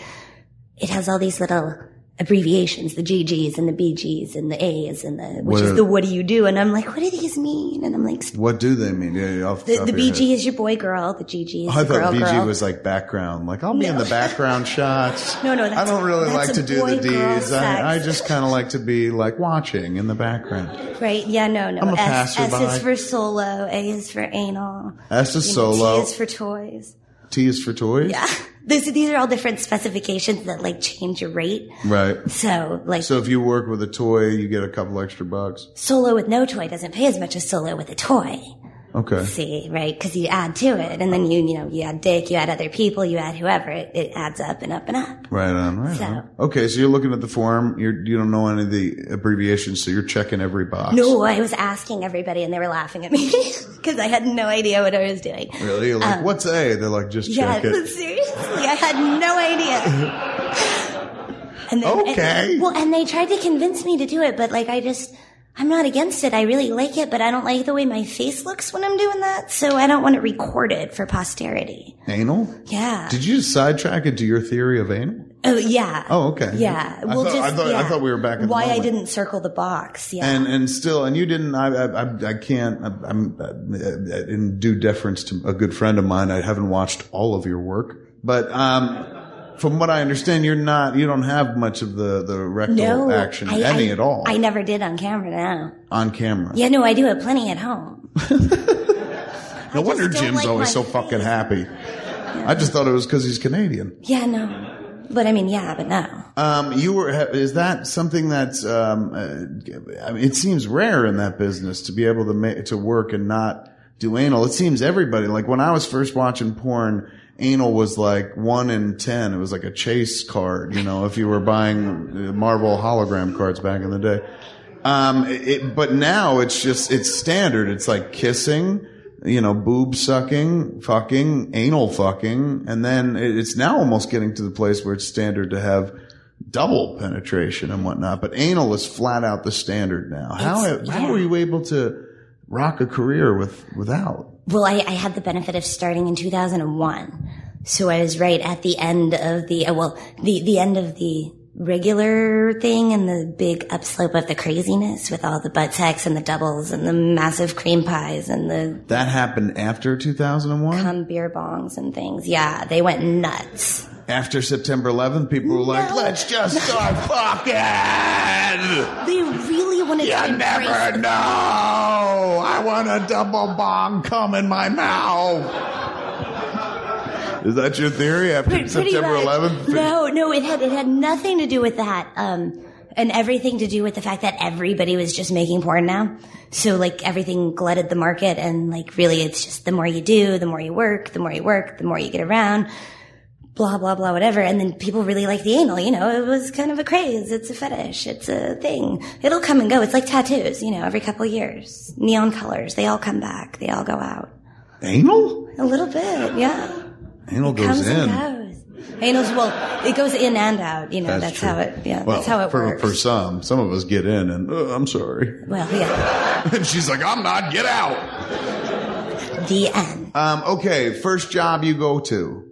Speaker 3: it has all these little abbreviations, the GGs and the BGs and the A's and the, which
Speaker 2: What
Speaker 3: is
Speaker 2: are-
Speaker 3: the what do you do? And I'm like, what do these mean? And I'm like,
Speaker 2: What do they mean? Yeah, yeah, off
Speaker 3: the,
Speaker 2: top
Speaker 3: the
Speaker 2: of your
Speaker 3: BG
Speaker 2: head.
Speaker 3: is your boy girl. The GG is
Speaker 2: I
Speaker 3: your girl
Speaker 2: thought BG
Speaker 3: girl.
Speaker 2: was like background. Like, I'll be in the background shots.
Speaker 3: No, no,
Speaker 2: I
Speaker 3: that's-
Speaker 2: don't really
Speaker 3: that's
Speaker 2: like
Speaker 3: a
Speaker 2: to do the
Speaker 3: boy-girl
Speaker 2: deeds. I, I
Speaker 3: sex.
Speaker 2: just kind of like to be like watching in the background.
Speaker 3: Right? Yeah, no, no.
Speaker 2: I'm a
Speaker 3: S, S
Speaker 2: passerby.
Speaker 3: is for solo, A is for anal,
Speaker 2: S is
Speaker 3: you know,
Speaker 2: solo.
Speaker 3: T is for toys.
Speaker 2: T is for toys.
Speaker 3: Yeah, these these are all different specifications that like change your rate.
Speaker 2: Right.
Speaker 3: So like
Speaker 2: So if you work with a toy, you get a couple extra bucks.
Speaker 3: solo with no toy doesn't pay as much as solo with a toy.
Speaker 2: Okay.
Speaker 3: See, right? Because you add to it, and then you you know you add dick, you add other people, you add whoever. It, it adds up and up and up.
Speaker 2: Right on. Right
Speaker 3: So-
Speaker 2: on. Okay. So you're looking at the form. You're, you don't know any of the abbreviations, so you're checking every box.
Speaker 3: No, I was asking everybody, and they were laughing at me because I had no idea what I was doing.
Speaker 2: Really? You're
Speaker 3: Um,
Speaker 2: like, what's A? They're like, just
Speaker 3: Yeah,
Speaker 2: check it.
Speaker 3: seriously, I had no idea. And then,
Speaker 2: Okay.
Speaker 3: well, and they tried to convince me to do it, but like I just, I'm not against it. I really like it, but I don't like the way my face looks when I'm doing that, so I don't want it recorded for posterity.
Speaker 2: Anal?
Speaker 3: Yeah.
Speaker 2: Did you just sidetrack it to your theory of anal?
Speaker 3: oh yeah.
Speaker 2: Oh, okay.
Speaker 3: Yeah.
Speaker 2: I
Speaker 3: Well,
Speaker 2: thought-
Speaker 3: just
Speaker 2: I thought- I
Speaker 3: yeah.
Speaker 2: thought we were back at the
Speaker 3: Why I
Speaker 2: moment.
Speaker 3: didn't circle the box? Yeah.
Speaker 2: And and still, and you didn't. I I I, I can't. I, I'm uh, in due deference to a good friend of mine. I haven't watched all of your work, but um, from what I understand, you're not. You don't have much of the the rectal
Speaker 3: no
Speaker 2: action,
Speaker 3: I-
Speaker 2: any
Speaker 3: I-
Speaker 2: at all,
Speaker 3: I never did on camera. No.
Speaker 2: on camera.
Speaker 3: Yeah. No, I do it plenty at home.
Speaker 2: no wonder
Speaker 3: just don't
Speaker 2: Jim's
Speaker 3: like
Speaker 2: always
Speaker 3: my
Speaker 2: so
Speaker 3: face.
Speaker 2: fucking happy. I just thought it was because he's Canadian.
Speaker 3: Yeah. No. But I mean, yeah, but no.
Speaker 2: Um, you were, ha- is that something that's, um, uh, I mean, it seems rare in that business to be able to ma- to work and not do anal. It seems everybody, like when I was first watching porn, anal was like one in 10. It was like a chase card, you know, if you were buying uh, Marvel hologram cards back in the day. Um, it, but now it's just, it's standard. It's like kissing, you know, boob sucking, fucking, anal fucking. And then it, it's now almost getting to the place where it's standard to have double penetration and whatnot. But anal is flat out the standard now. How,
Speaker 3: It's-
Speaker 2: how
Speaker 3: yeah.
Speaker 2: were you able to rock a career with, without?
Speaker 3: Well, I, I had the benefit of starting in 2001. So I was right at the end of the, uh, well, the, the end of the regular thing and the big upslope of the craziness with all the butt sex and the doubles and the massive cream pies and the
Speaker 2: That happened after 2001?
Speaker 3: um, beer bongs and things. Yeah, they went nuts.
Speaker 2: After September 11th, people were like,
Speaker 3: No.
Speaker 2: let's just start fucking!
Speaker 3: They really wanted to
Speaker 2: You
Speaker 3: embrace
Speaker 2: never know! I want a double bomb cum in my mouth! Is that your theory after
Speaker 3: Pretty- pretty
Speaker 2: September
Speaker 3: much.
Speaker 2: 11th?
Speaker 3: No, no, it had it had nothing to do with that, um, and everything to do with the fact that everybody was just making porn now. So like everything glutted the market, and like really, it's just the more you do, the more you work, the more you work, the more you get around. Blah blah blah, whatever. And then people really like the anal. You know, it was kind of a craze. It's a fetish. It's a thing. It'll come and go. It's like tattoos. You know, every couple years, neon colors. They all come back. They all go out.
Speaker 2: Anal?
Speaker 3: A little bit, yeah
Speaker 2: Anal goes
Speaker 3: comes
Speaker 2: in.
Speaker 3: and goes. Anals, well, it goes in and out. You know, that's,
Speaker 2: true.
Speaker 3: how it. Yeah,
Speaker 2: Well,
Speaker 3: that's how it
Speaker 2: for,
Speaker 3: works.
Speaker 2: For some, some of us get in and, "Uh, I'm sorry.
Speaker 3: well, yeah,
Speaker 2: and she's like, I'm not, get out!
Speaker 3: the end.
Speaker 2: Um, okay, first job you go to.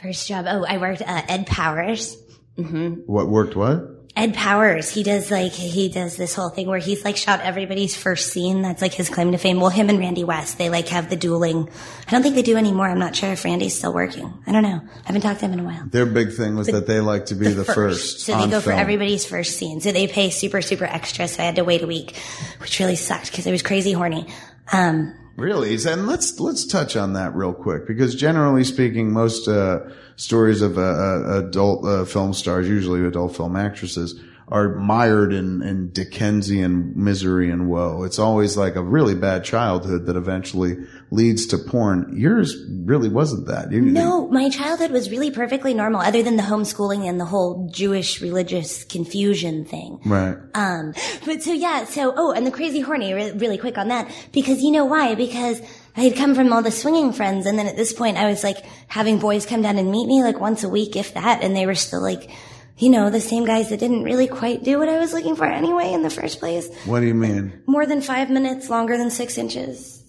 Speaker 3: First job. Oh, I worked uh, Ed Powers.
Speaker 2: What worked what?
Speaker 3: Ed Powers, he does like he does this whole thing where he's like shot everybody's first scene. That's like his claim to fame. Well, him and Randy West, they like have the dueling. I don't think they do anymore. I'm not sure if Randy's still working. I don't know. I haven't talked to him in a while.
Speaker 2: Their big thing was that they like to be the, first.
Speaker 3: So they
Speaker 2: on
Speaker 3: go for
Speaker 2: film.
Speaker 3: everybody's first scene. So they pay super, super extra. So I had to wait a week, which really sucked because I was crazy horny. Um,
Speaker 2: Really, and let's let's touch on that real quick because generally speaking, most uh, stories of uh, uh, adult uh, film stars, usually adult film actresses, are mired in, in Dickensian misery and woe. It's always like a really bad childhood that eventually leads to porn. Yours really wasn't that. You,
Speaker 3: No, my childhood was really perfectly normal, other than the homeschooling and the whole Jewish religious confusion thing.
Speaker 2: right?
Speaker 3: Um, but so yeah, so oh, and the crazy horny, re- really quick on that, because you know why? Because I had come from all the swinging friends, and then at this point, I was like having boys come down and meet me like once a week, if that, and they were still like, you know, the same guys that didn't really quite do what I was looking for anyway in the first place.
Speaker 2: What do you mean?
Speaker 3: More than five minutes, longer than six inches.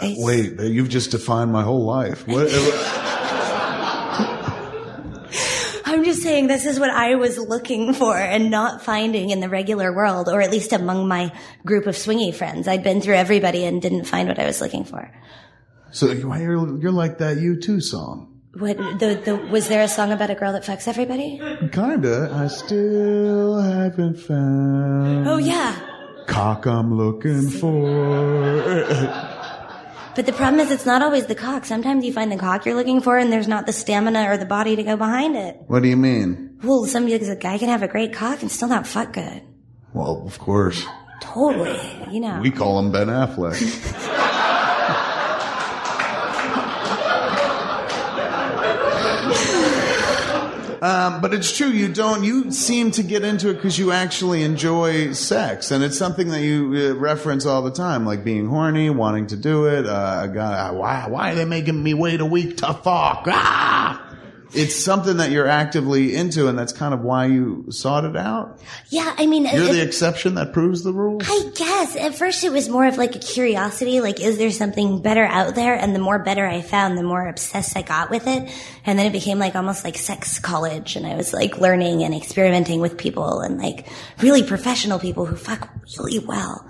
Speaker 3: I-
Speaker 2: Wait, you've just defined my whole life. What? uh,
Speaker 3: I'm just saying this is what I was looking for and not finding in the regular world, or at least among my group of swingy friends. I'd been through everybody and didn't find what I was looking for.
Speaker 2: so why you're you're like that U two song?
Speaker 3: What the, the was there a song about a girl that fucks everybody?
Speaker 2: Kinda. I still haven't found
Speaker 3: Oh yeah.
Speaker 2: cock I'm looking for.
Speaker 3: But the problem is it's not always the cock. Sometimes you find the cock you're looking for and there's not the stamina or the body to go behind it.
Speaker 2: What do you mean?
Speaker 3: Well, some a guy can have a great cock and still not fuck good.
Speaker 2: Well, of course.
Speaker 3: Totally. You know.
Speaker 2: We call him Ben Affleck. Um, but it's true. You don't. You seem to get into it because you actually enjoy sex, and it's something that you uh, reference all the time, like being horny, wanting to do it. Uh, God, uh, why? Why are they making me wait a week to fuck? Ah! It's something that you're actively into, and that's kind of why you sought it out.
Speaker 3: yeah, I mean
Speaker 2: You're
Speaker 3: it-
Speaker 2: the exception that proves the rule.
Speaker 3: I guess at first it was more of like a curiosity, like is there something better out there? And the more better I found, the more obsessed I got with it. And then it became like almost like sex college and I was like learning and experimenting with people and like really professional people who fuck really well.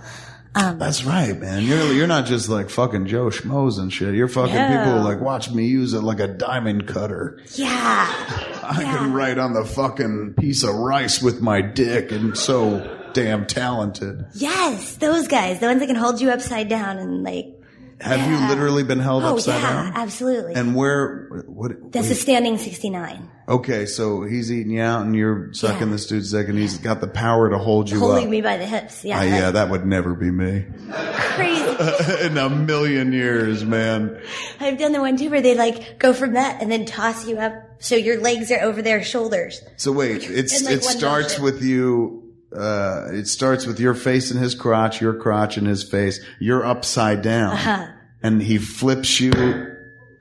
Speaker 2: That's right, man. You're you're not just like fucking Joe Schmoes and shit. You're fucking
Speaker 3: No.
Speaker 2: people who like watch me use it like a diamond cutter.
Speaker 3: Yeah.
Speaker 2: I
Speaker 3: Yeah.
Speaker 2: can write on the fucking piece of rice with my dick and so damn talented.
Speaker 3: Yes. Those guys, the ones that can hold you upside down and like
Speaker 2: Have you literally been held
Speaker 3: Oh
Speaker 2: upside
Speaker 3: yeah,
Speaker 2: down?
Speaker 3: absolutely.
Speaker 2: And where? What?
Speaker 3: That's a
Speaker 2: wait.
Speaker 3: standing 69.
Speaker 2: okay, so he's eating you out, and you're sucking
Speaker 3: Yeah.
Speaker 2: this dude's dick, and he's got the power to hold you
Speaker 3: Holding
Speaker 2: up.
Speaker 3: me by the hips. Yeah.
Speaker 2: Ah,
Speaker 3: that's
Speaker 2: yeah, that would never be me
Speaker 3: crazy.
Speaker 2: in a million years, man.
Speaker 3: I've done the one too where they like go from that and then toss you up so your legs are over their shoulders.
Speaker 2: So wait, it's
Speaker 3: In, like,
Speaker 2: it
Speaker 3: one
Speaker 2: starts
Speaker 3: motion.
Speaker 2: with you. Uh, it starts with your face in his crotch, your crotch in his face. You're upside down,
Speaker 3: Uh-huh.
Speaker 2: and he flips you.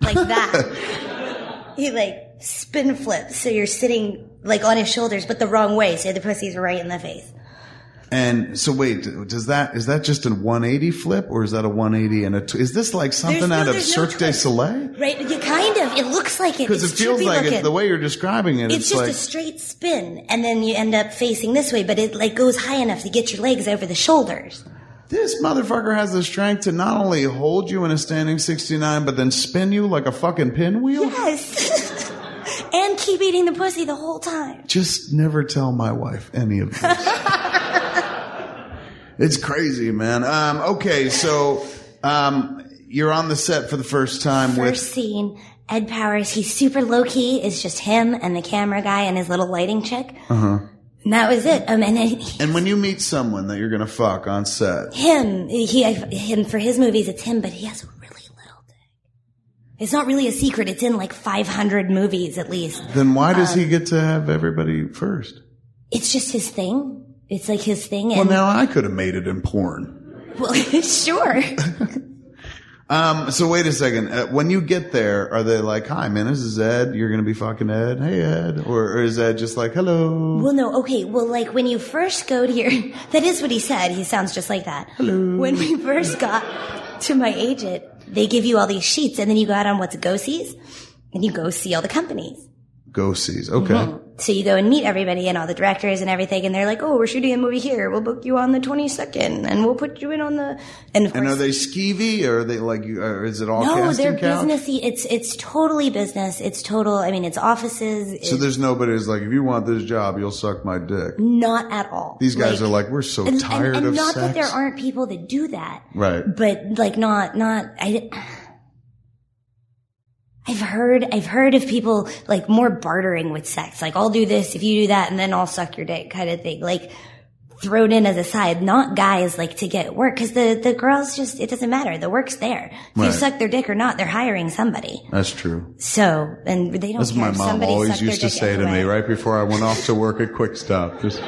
Speaker 3: like that. he like spin flips, so you're sitting like on his shoulders, but the wrong way, so the pussy's right in the face.
Speaker 2: And so wait, does that is that just a 180 flip, or is that a 180 and a? Tw- is this like something
Speaker 3: There's no-
Speaker 2: out of
Speaker 3: there's no
Speaker 2: Cirque du
Speaker 3: twist.
Speaker 2: Soleil?
Speaker 3: Right? You kind of. It looks like it.
Speaker 2: Because it
Speaker 3: should
Speaker 2: feels
Speaker 3: be
Speaker 2: like
Speaker 3: looking.
Speaker 2: it, the way you're describing it,
Speaker 3: It's
Speaker 2: it's,
Speaker 3: just
Speaker 2: like
Speaker 3: a straight spin, and then you end up facing this way, but it like goes high enough to get your legs over the shoulders.
Speaker 2: this motherfucker has the strength to not only hold you in a standing 69, but then spin you like a fucking pinwheel.
Speaker 3: Yes. and keep eating the pussy the whole time.
Speaker 2: Just never tell my wife any of this. it's crazy, man. Um, okay, so um, you're on the set for the first time
Speaker 3: First
Speaker 2: with.
Speaker 3: scene, Ed Powers, he's super low key. It's just him and the camera guy and his little lighting chick.
Speaker 2: Uh-huh.
Speaker 3: And that was it. Um, and then he-
Speaker 2: And when you meet someone that you're gonna fuck on set,
Speaker 3: him, he, him for his movies, it's him, but he has a really little dick. It's not really a secret. It's in like 500 movies at least.
Speaker 2: then why does he get to have everybody first?
Speaker 3: It's just his thing. It's like his thing.
Speaker 2: Well,
Speaker 3: And
Speaker 2: now I could have made it in porn.
Speaker 3: well, sure.
Speaker 2: Um, so wait a second. Uh, when you get there, are they like, "Hi, man, this is Ed. You're gonna be fucking Ed. Hey, Ed," or, or is Ed just like, "Hello"?
Speaker 3: Well, no, okay. Well, like when you first go to your, that is what he said. He sounds just like that. When we first got to my agent, they give you all these sheets and then you go out on what's a go sees and you go see all the companies.
Speaker 2: Go sees. Okay.
Speaker 3: So you go and meet everybody and all the directors and everything, and they're like, "Oh, we're shooting a movie here. We'll book you on the twenty second, and we'll put you in on the." And, of
Speaker 2: And are
Speaker 3: course-
Speaker 2: they skeevy, or are they like, you- or is it all
Speaker 3: No,
Speaker 2: casting
Speaker 3: they're
Speaker 2: couch?
Speaker 3: businessy. It's it's totally business. It's total. I mean, it's offices. It's
Speaker 2: So there's nobody who's like, if you want this job, you'll suck my dick.
Speaker 3: not at all.
Speaker 2: These guys
Speaker 3: Like-
Speaker 2: are like, we're so
Speaker 3: and, and-
Speaker 2: tired
Speaker 3: and
Speaker 2: of
Speaker 3: not
Speaker 2: sex.
Speaker 3: that there aren't people that do that,
Speaker 2: right.
Speaker 3: but like not not I. I've heard I've heard of people like more bartering with sex, like I'll do this if you do that, and then I'll suck your dick, kind of thing. Like thrown in as a side, not guys like to get work because the the girls just it doesn't matter. The work's there. If you
Speaker 2: Right.
Speaker 3: suck their dick or not, they're hiring somebody.
Speaker 2: That's true.
Speaker 3: So and they don't.
Speaker 2: That's
Speaker 3: care
Speaker 2: what my
Speaker 3: if
Speaker 2: mom
Speaker 3: somebody
Speaker 2: always
Speaker 3: sucked their
Speaker 2: used to
Speaker 3: dick
Speaker 2: say to me
Speaker 3: anyway.
Speaker 2: right before I went off to work at Quick Stop. Just,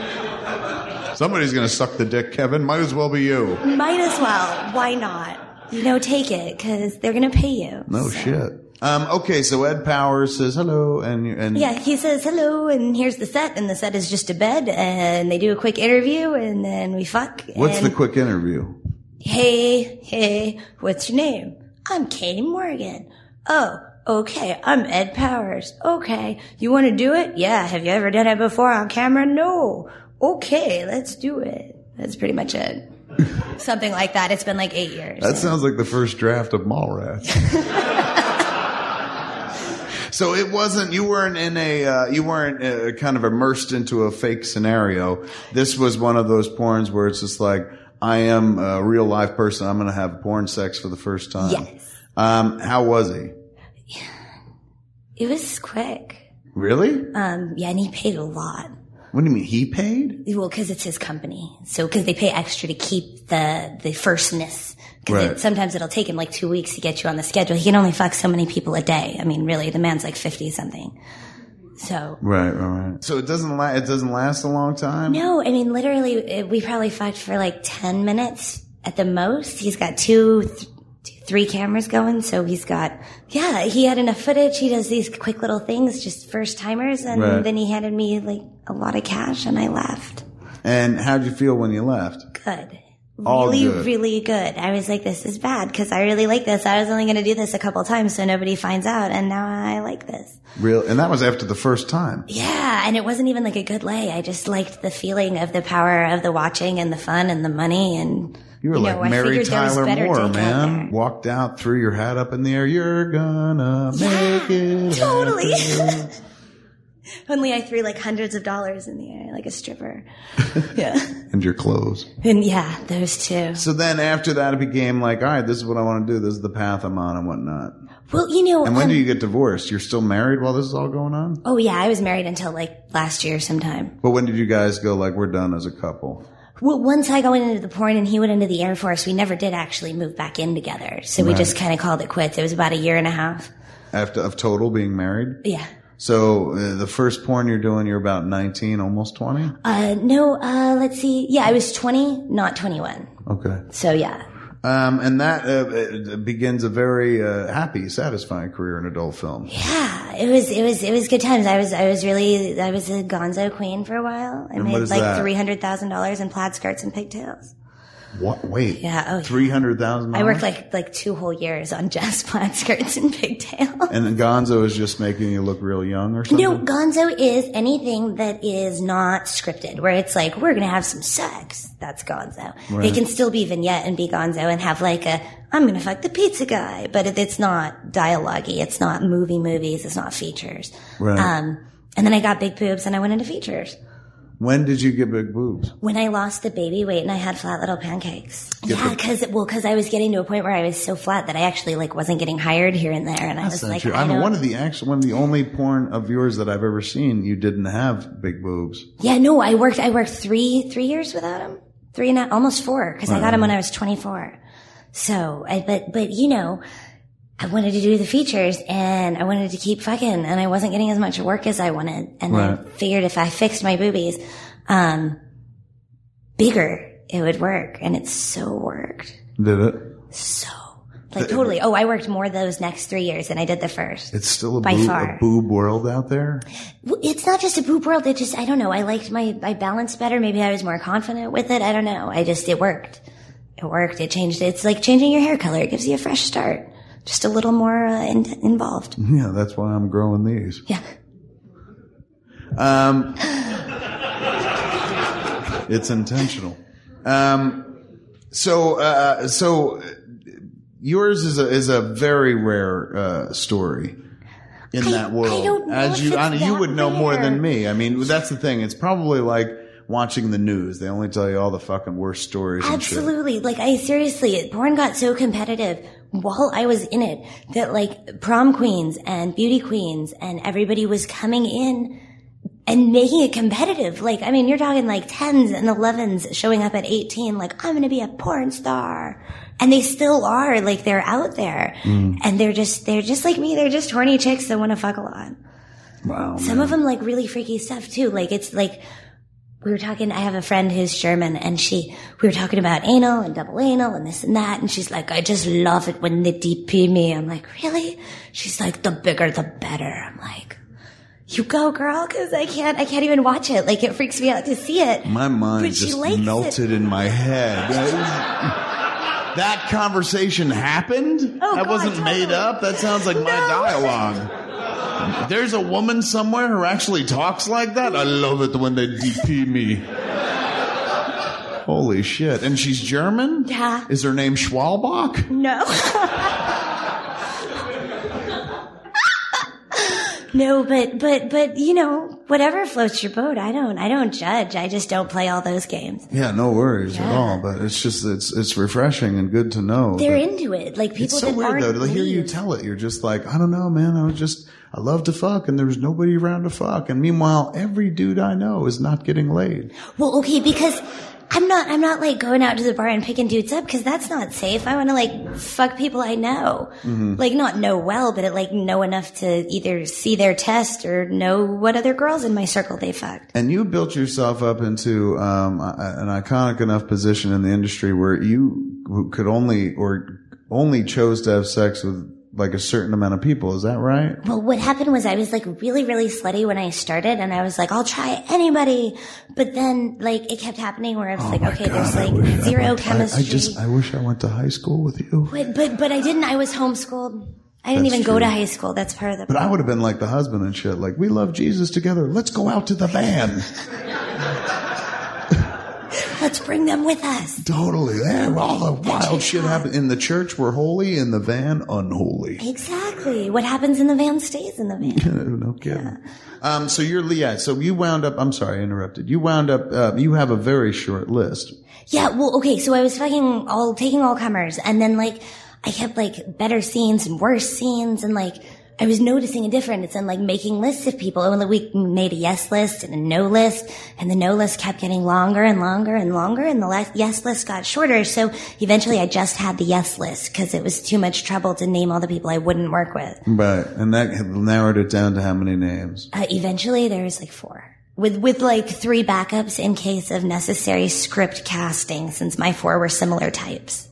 Speaker 2: Somebody's going to suck the dick, Kevin. Might as well be you.
Speaker 3: Might as well. Why not? You know, take it because they're gonna pay you.
Speaker 2: No shit. Um, okay, so Ed Powers says hello, and and
Speaker 3: Yeah, he says hello, and here's the set, and the set is just a bed, and they do a quick interview, and then we fuck.
Speaker 2: what's
Speaker 3: and
Speaker 2: the quick interview?
Speaker 3: Hey, hey, what's your name? I'm Katie Morgan. Oh, okay, I'm Ed Powers. Okay, you want to do it? Yeah, have you ever done it before on camera? No. Okay, let's do it. That's pretty much it. Something like that. It's been like eight years.
Speaker 2: That sounds like the first draft of Mallrats. so it wasn't you weren't in a uh, you weren't uh, kind of immersed into a fake scenario. This was one of those porns where it's just like I am a real life person. I'm going to have porn sex for the first time.
Speaker 3: Yes.
Speaker 2: Um, how was he?
Speaker 3: it was quick.
Speaker 2: Really?
Speaker 3: Um, yeah, and he paid a lot.
Speaker 2: what do you mean he paid?
Speaker 3: Well, because it's his company, so because they pay extra to keep the the firstness. Because
Speaker 2: Right.
Speaker 3: it, sometimes it'll take him like two weeks to get you on the schedule. He can only fuck so many people a day. I mean, really, the man's like fifty something. So
Speaker 2: Right, right, right. So it doesn't la- it doesn't last a long time.
Speaker 3: no, I mean, literally, uh, we probably fucked for like ten minutes at the most. He's got two, th- two, three cameras going, so he's got yeah. He had enough footage. He does these quick little things, just first timers, and
Speaker 2: Right.
Speaker 3: then he handed me like a lot of cash, and I left.
Speaker 2: And how'd you feel when you left?
Speaker 3: good.
Speaker 2: All
Speaker 3: really,
Speaker 2: good.
Speaker 3: really good. I was like, this is bad because I really like this. I was only going to do this a couple times so nobody finds out. And now I like this.
Speaker 2: Real, and that was after the first time.
Speaker 3: Yeah. And it wasn't even like a good lay. I just liked the feeling of the power of the watching and the fun and the money. And
Speaker 2: You were
Speaker 3: know,
Speaker 2: like
Speaker 3: I
Speaker 2: Mary
Speaker 3: figured there was
Speaker 2: Tyler
Speaker 3: better
Speaker 2: Moore,
Speaker 3: dick out
Speaker 2: man.
Speaker 3: there.
Speaker 2: Walked out, threw your hat up in the air. You're gonna make it.
Speaker 3: totally.
Speaker 2: happen.
Speaker 3: Only I threw like hundreds of dollars in the air, like a stripper. yeah.
Speaker 2: and your clothes.
Speaker 3: And yeah, those two.
Speaker 2: So then after that, it became like, all right, this is what I want to do. This is the path I'm on and whatnot.
Speaker 3: Well, you know.
Speaker 2: And when
Speaker 3: um,
Speaker 2: do you get divorced? You're still married while this is all going on?
Speaker 3: oh yeah, I was married until like last year sometime.
Speaker 2: But when did you guys go like, we're done as a couple?
Speaker 3: Well, once I went into the porn and he went into the Air Force, we never did actually move back in together. So we just kind of called it quits. It was about a year and a half.
Speaker 2: After, of total being married?
Speaker 3: Yeah.
Speaker 2: So uh, the first porn you're doing, you're about 19, almost 20?
Speaker 3: Uh, no, uh, let's see. Yeah, I was 20, not 21.
Speaker 2: Okay.
Speaker 3: So yeah.
Speaker 2: Um, and that uh, it- it begins a very uh, happy, satisfying career in adult film.
Speaker 3: Yeah, it was, it was, it was good times. I was, I was really, I was a gonzo queen for a while. I
Speaker 2: what
Speaker 3: made
Speaker 2: is
Speaker 3: like
Speaker 2: that?
Speaker 3: $300,000 in plaid skirts and pigtails.
Speaker 2: What? Wait.
Speaker 3: Yeah, oh, yeah.
Speaker 2: Three hundred thousand.
Speaker 3: I worked like, like two whole years on just plaid skirts and pigtails.
Speaker 2: And then Gonzo is just making you look real young, or something.
Speaker 3: No, gonzo is anything that is not scripted, where it's like, we're going to have some sex. That's gonzo. They can still be vignette and be gonzo and have like a, I'm going to fuck the pizza guy, but it, it's not dialogue It's not movie movies. It's not features.
Speaker 2: Right.
Speaker 3: Um, and then I got big boobs and I went into features.
Speaker 2: When did you get big boobs?
Speaker 3: When I lost the baby weight and I had flat little pancakes.
Speaker 2: Get the-
Speaker 3: yeah, because, well, because I was getting to a point where I was so flat that I actually like wasn't getting hired here and there. And I was
Speaker 2: That's not
Speaker 3: like,
Speaker 2: true.
Speaker 3: I
Speaker 2: I'm
Speaker 3: don't-
Speaker 2: one of the actual, one of the only porn of yours that I've ever seen. You didn't have big boobs.
Speaker 3: Yeah, no, I worked. I worked three three years without him. Three and a, almost four because I got him when I was twenty four. So, I, but but you know, I wanted to do the features and I wanted to keep fucking, and I wasn't getting as much work as I wanted. And I
Speaker 2: Right.
Speaker 3: figured if I fixed my boobies, um, bigger, it would work, and it so worked.
Speaker 2: Did it?
Speaker 3: So, like totally. Oh, I worked more those next three years than I did the first.
Speaker 2: It's still a,
Speaker 3: By
Speaker 2: boob,
Speaker 3: far.
Speaker 2: a boob world out there.
Speaker 3: Well, it's not just a boob world. It just, I don't know. I liked my, I balanced better. Maybe I was more confident with it. I don't know. I just, it worked. It worked. It changed. It's like changing your hair color. It gives you a fresh start. Just a little more uh, in, involved.
Speaker 2: Yeah, that's why I'm growing these.
Speaker 3: Yeah.
Speaker 2: Um, it's intentional. Um, so, uh, so uh, yours is a, is a very rare uh, story in
Speaker 3: I-
Speaker 2: that world.
Speaker 3: I don't know
Speaker 2: As
Speaker 3: if
Speaker 2: you,
Speaker 3: it's
Speaker 2: I know, you
Speaker 3: that
Speaker 2: would know more than
Speaker 3: rare.
Speaker 2: me. I mean, that's the thing. It's probably like watching the news. They only tell you all the fucking worst stories. and shit.
Speaker 3: Absolutely. Like I seriously, porn got so competitive while I was in it that like prom queens and beauty queens and everybody was coming in and making it competitive. Like, I mean, you're talking like tens and elevens showing up at 18, like, I'm going to be a porn star. And they still are, like, they're out there.
Speaker 2: Mm.
Speaker 3: And they're just, they're just like me. They're just horny chicks that want to fuck a lot.
Speaker 2: Wow.
Speaker 3: Some of them like really freaky stuff too. Like it's like we were talking. I have a friend who's German, and she we were talking about anal and double anal and this and that, and she's like, I just love it when they DP me. I'm like, really? She's like, the bigger the better. I'm like, you go, girl, because I can't. I can't even watch it. Like it freaks me out to see it.
Speaker 2: My mind
Speaker 3: But she
Speaker 2: just
Speaker 3: likes it.
Speaker 2: melted in my head. that conversation happened?
Speaker 3: Oh,
Speaker 2: that
Speaker 3: God,
Speaker 2: wasn't made
Speaker 3: totally.
Speaker 2: up. That sounds like my
Speaker 3: No.
Speaker 2: dialogue. There's a woman somewhere who actually talks like that. I love it when they DP me. Holy shit. And she's German?
Speaker 3: Yeah.
Speaker 2: Is her name Schwalbach?
Speaker 3: No. no, but but but you know, whatever floats your boat. I don't. I don't judge. I just don't play all those games.
Speaker 2: Yeah, no worries at
Speaker 3: Yeah.
Speaker 2: all. But it's just, it's, it's refreshing and good to know.
Speaker 3: they're
Speaker 2: that-
Speaker 3: into it. Like people
Speaker 2: It's so
Speaker 3: that
Speaker 2: weird though
Speaker 3: aren't
Speaker 2: to hear you
Speaker 3: leave.
Speaker 2: tell it. You're just like, I don't know, man. I was just, I love to fuck, and there was nobody around to fuck. And meanwhile, every dude I know is not getting laid.
Speaker 3: Well, okay, because I'm not. I'm not like going out to the bar and picking dudes up because that's not safe. I want to like fuck people I know,
Speaker 2: Mm-hmm.
Speaker 3: like not know well, but like know enough to either see their test or know what other girls in my circle they fucked.
Speaker 2: And you built yourself up into um, a- an iconic enough position in the industry where you could only or only chose to have sex with like a certain amount of people. Is that right?
Speaker 3: Well, what happened was I was like really, really slutty when I started, and I was like, I'll try anybody. But then, like, it kept happening where I was like, okay, there's
Speaker 2: Oh I
Speaker 3: like
Speaker 2: wish I
Speaker 3: zero
Speaker 2: went- I-
Speaker 3: chemistry.
Speaker 2: I, just, I wish I went to high school with you.
Speaker 3: but, but but I didn't. I was homeschooled. I didn't
Speaker 2: That's
Speaker 3: even
Speaker 2: true.
Speaker 3: go to high school. That's part of the
Speaker 2: But I would have been like the husband and shit. Like, we love Jesus together. Let's go out to the van.
Speaker 3: Let's bring them with us.
Speaker 2: Totally. Yeah, all the wild shit happened in the church. We're holy in the van, unholy.
Speaker 3: Exactly. Exactly. What happens in the van stays in the van.
Speaker 2: no kidding. Um, so you're Leah. So you wound up. I'm sorry, I interrupted. You wound up. Uh, you have a very short list.
Speaker 3: Yeah, well, okay, so I was fucking all taking all comers, and then like I kept like better scenes and worse scenes, and like I was noticing a difference and like making lists of people. And like, we made a yes list and a no list, and the no list kept getting longer and longer and longer, and the last yes list got shorter. So eventually, I just had the yes list because it was too much trouble to name all the people I wouldn't work with.
Speaker 2: Right, and that had narrowed it down to how many names?
Speaker 3: Uh, eventually, there was like four. With, with like three backups in case of necessary script casting, since my four were similar types.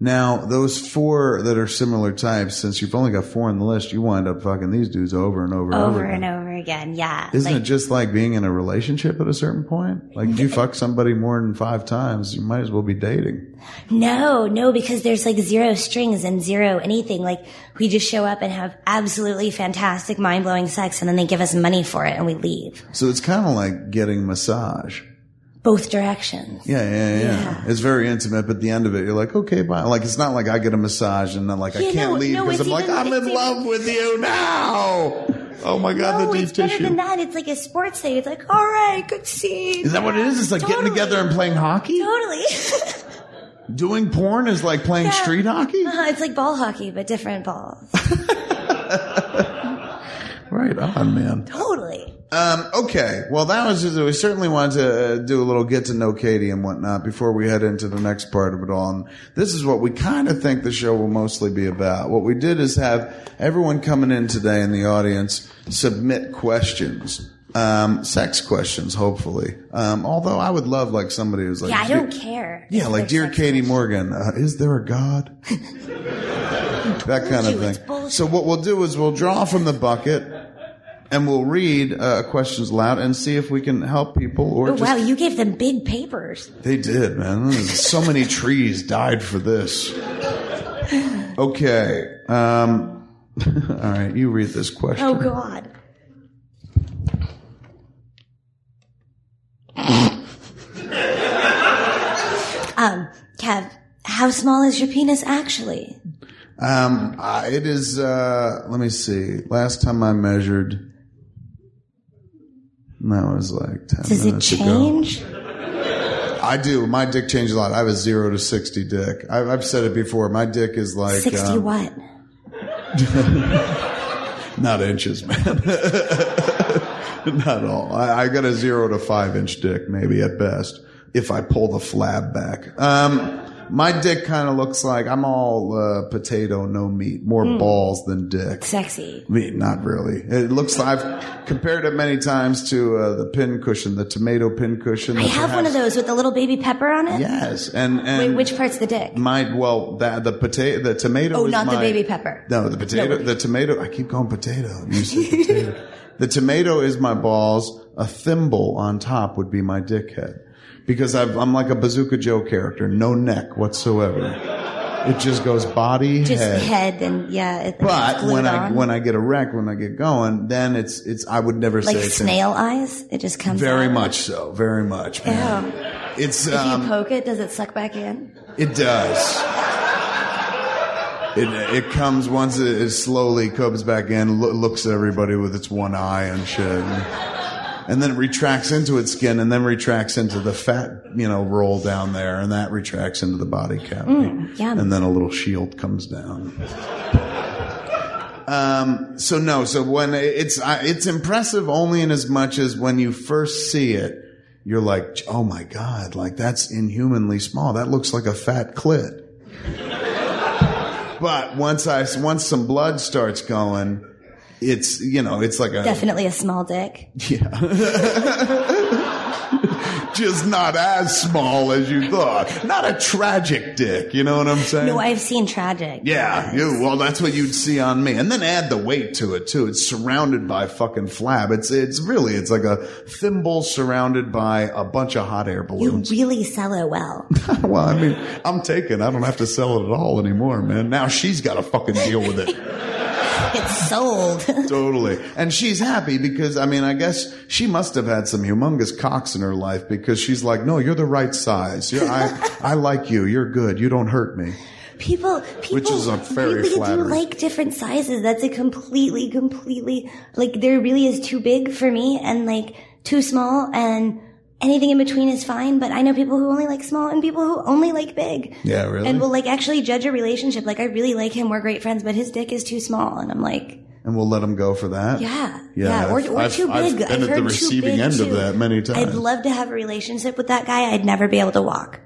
Speaker 2: Now those four that are similar types. Since you've only got four on the list, you wind up fucking these dudes over and over, and
Speaker 3: Over
Speaker 2: again.
Speaker 3: and over again, yeah.
Speaker 2: Isn't
Speaker 3: like,
Speaker 2: it just like being in a relationship at a certain point? Like if you fuck somebody more than five times, you might as well be dating.
Speaker 3: no, no, because there's like zero strings and zero anything. Like we just show up and have absolutely fantastic, mind blowing sex, and then they give us money for it, and we leave
Speaker 2: So it's kind of like getting massage.
Speaker 3: both directions.
Speaker 2: Yeah, yeah, yeah, It's very intimate, but at the end of it, you're like, okay, bye. Like, it's not like I get a massage and then, like, I
Speaker 3: Yeah,
Speaker 2: can't
Speaker 3: no,
Speaker 2: leave
Speaker 3: no,
Speaker 2: because
Speaker 3: it's
Speaker 2: I'm like,
Speaker 3: even-
Speaker 2: I'm in
Speaker 3: it's even-
Speaker 2: love with you now. Oh my God,
Speaker 3: No,
Speaker 2: the deep
Speaker 3: it's better
Speaker 2: tissue.
Speaker 3: than that. It's like a sports thing. It's like, all right, good scene.
Speaker 2: Is that what it is? It's like getting
Speaker 3: Totally.
Speaker 2: together and playing hockey?
Speaker 3: Totally.
Speaker 2: Doing porn is like playing
Speaker 3: Yeah.
Speaker 2: street hockey?
Speaker 3: Uh, it's like ball hockey, but different balls.
Speaker 2: Right on, man.
Speaker 3: Totally.
Speaker 2: Um, okay. Well, that was, just, we certainly wanted to uh, do a little get to know Katie and whatnot before we head into the next part of it all. And this is what we kind of think the show will mostly be about. What we did is have everyone coming in today in the audience submit questions. Um, sex questions, hopefully. Um, although I would love like somebody who's like,
Speaker 3: Yeah, I don't care.
Speaker 2: yeah, like dear
Speaker 3: Sex
Speaker 2: Katie
Speaker 3: life.
Speaker 2: Morgan, uh, is there a God? that kind
Speaker 3: you,
Speaker 2: of
Speaker 3: it's
Speaker 2: thing.
Speaker 3: bullshit.
Speaker 2: So what we'll do is we'll draw from the bucket, and we'll read uh, questions aloud and see if we can help people or
Speaker 3: Oh,
Speaker 2: just
Speaker 3: wow, you gave them big papers.
Speaker 2: they did, man. So many trees died for this. Okay. Um, all right, you read this question.
Speaker 3: Oh God. um, Kev, how small is your penis actually?
Speaker 2: Um, uh, it is. Uh, let me see. Last time I measured, that was like ten
Speaker 3: Does it
Speaker 2: minutes ago.
Speaker 3: change?
Speaker 2: I do. My dick changes a lot. I have a zero to sixty dick. I, I've said it before. My dick is like
Speaker 3: Sixty
Speaker 2: um,
Speaker 3: what?
Speaker 2: not inches, man. not all. I, I got a zero to five inch dick, maybe at best, if I pull the flab back. Um, my dick kind of looks like I'm all uh, potato, no meat, more
Speaker 3: Hmm.
Speaker 2: balls than dick.
Speaker 3: Sexy.
Speaker 2: Me, not really. It looks. I've compared it many times to uh, the pin cushion, the tomato pin cushion.
Speaker 3: I have one of those with the little baby pepper on it.
Speaker 2: Yes, and and
Speaker 3: Wait, which part's the dick?
Speaker 2: my well, that the potato, the tomato.
Speaker 3: Oh,
Speaker 2: is
Speaker 3: not the
Speaker 2: my-
Speaker 3: baby pepper.
Speaker 2: No, the potato, the tomato. I keep going potato. You said potato. the tomato is my balls. A thimble on top would be my dickhead, because I've, I'm like a Bazooka Joe character, no neck whatsoever. It just goes body
Speaker 3: Just
Speaker 2: head.
Speaker 3: head and yeah. It,
Speaker 2: But
Speaker 3: it's glued
Speaker 2: when I
Speaker 3: on.
Speaker 2: when I get erect, when I get going, then it's it's I would never
Speaker 3: like
Speaker 2: say it's in-
Speaker 3: snail eyes, it just comes.
Speaker 2: Very
Speaker 3: out.
Speaker 2: much so, very much.
Speaker 3: Ew.
Speaker 2: Man. It's
Speaker 3: If
Speaker 2: um,
Speaker 3: you poke it, does it suck back in?
Speaker 2: It does. It, it comes once it, it slowly comes back in, lo- looks at everybody with its one eye and shit, and, and then it retracts into its skin, and then retracts into the fat, you know, roll down there, and that retracts into the body cavity,
Speaker 3: yum.
Speaker 2: and then a little shield comes down. Um, so no, so when it's I it's impressive only in as much as when you first see it, you're like, oh my god, like that's inhumanly small. That looks like a fat clit. but once I once some blood starts going, it's you know it's like a
Speaker 3: Definitely a small dick.
Speaker 2: just not as small as you thought. Not a tragic dick. You know what I'm saying?
Speaker 3: No, I've seen tragic.
Speaker 2: Yeah, you, well, that's what you'd see on me, and then add the weight to it too. It's surrounded by fucking flab. It's it's really it's like a thimble surrounded by a bunch of hot air
Speaker 3: You
Speaker 2: balloons.
Speaker 3: really sell it well.
Speaker 2: well, I mean, I'm taken. I don't have to sell it at all anymore, man. Now she's got to fucking deal with it.
Speaker 3: It's sold.
Speaker 2: totally. And she's happy because, I mean, I guess she must have had some humongous cocks in her life because she's like, no, you're the right size. You're, I, I like you. You're good. You don't hurt me.
Speaker 3: people, people,
Speaker 2: Which is a very
Speaker 3: really do
Speaker 2: flattering.
Speaker 3: like different sizes. That's a completely, completely like there really is too big for me and like too small and anything in between is fine. But I know people who only like small and people who only like big.
Speaker 2: Yeah, really?
Speaker 3: And will like actually judge a relationship. Like I really like him. We're great friends, but his dick is too small. And I'm like,
Speaker 2: and we'll let them go for that.
Speaker 3: yeah,
Speaker 2: Yeah,
Speaker 3: yeah, or,
Speaker 2: I've-
Speaker 3: or
Speaker 2: I've-
Speaker 3: too big.
Speaker 2: I've
Speaker 3: I've,
Speaker 2: been at the
Speaker 3: heard
Speaker 2: receiving
Speaker 3: too big
Speaker 2: end of
Speaker 3: too.
Speaker 2: that many times.
Speaker 3: I'd love to have a relationship with that guy. I'd never be able to walk.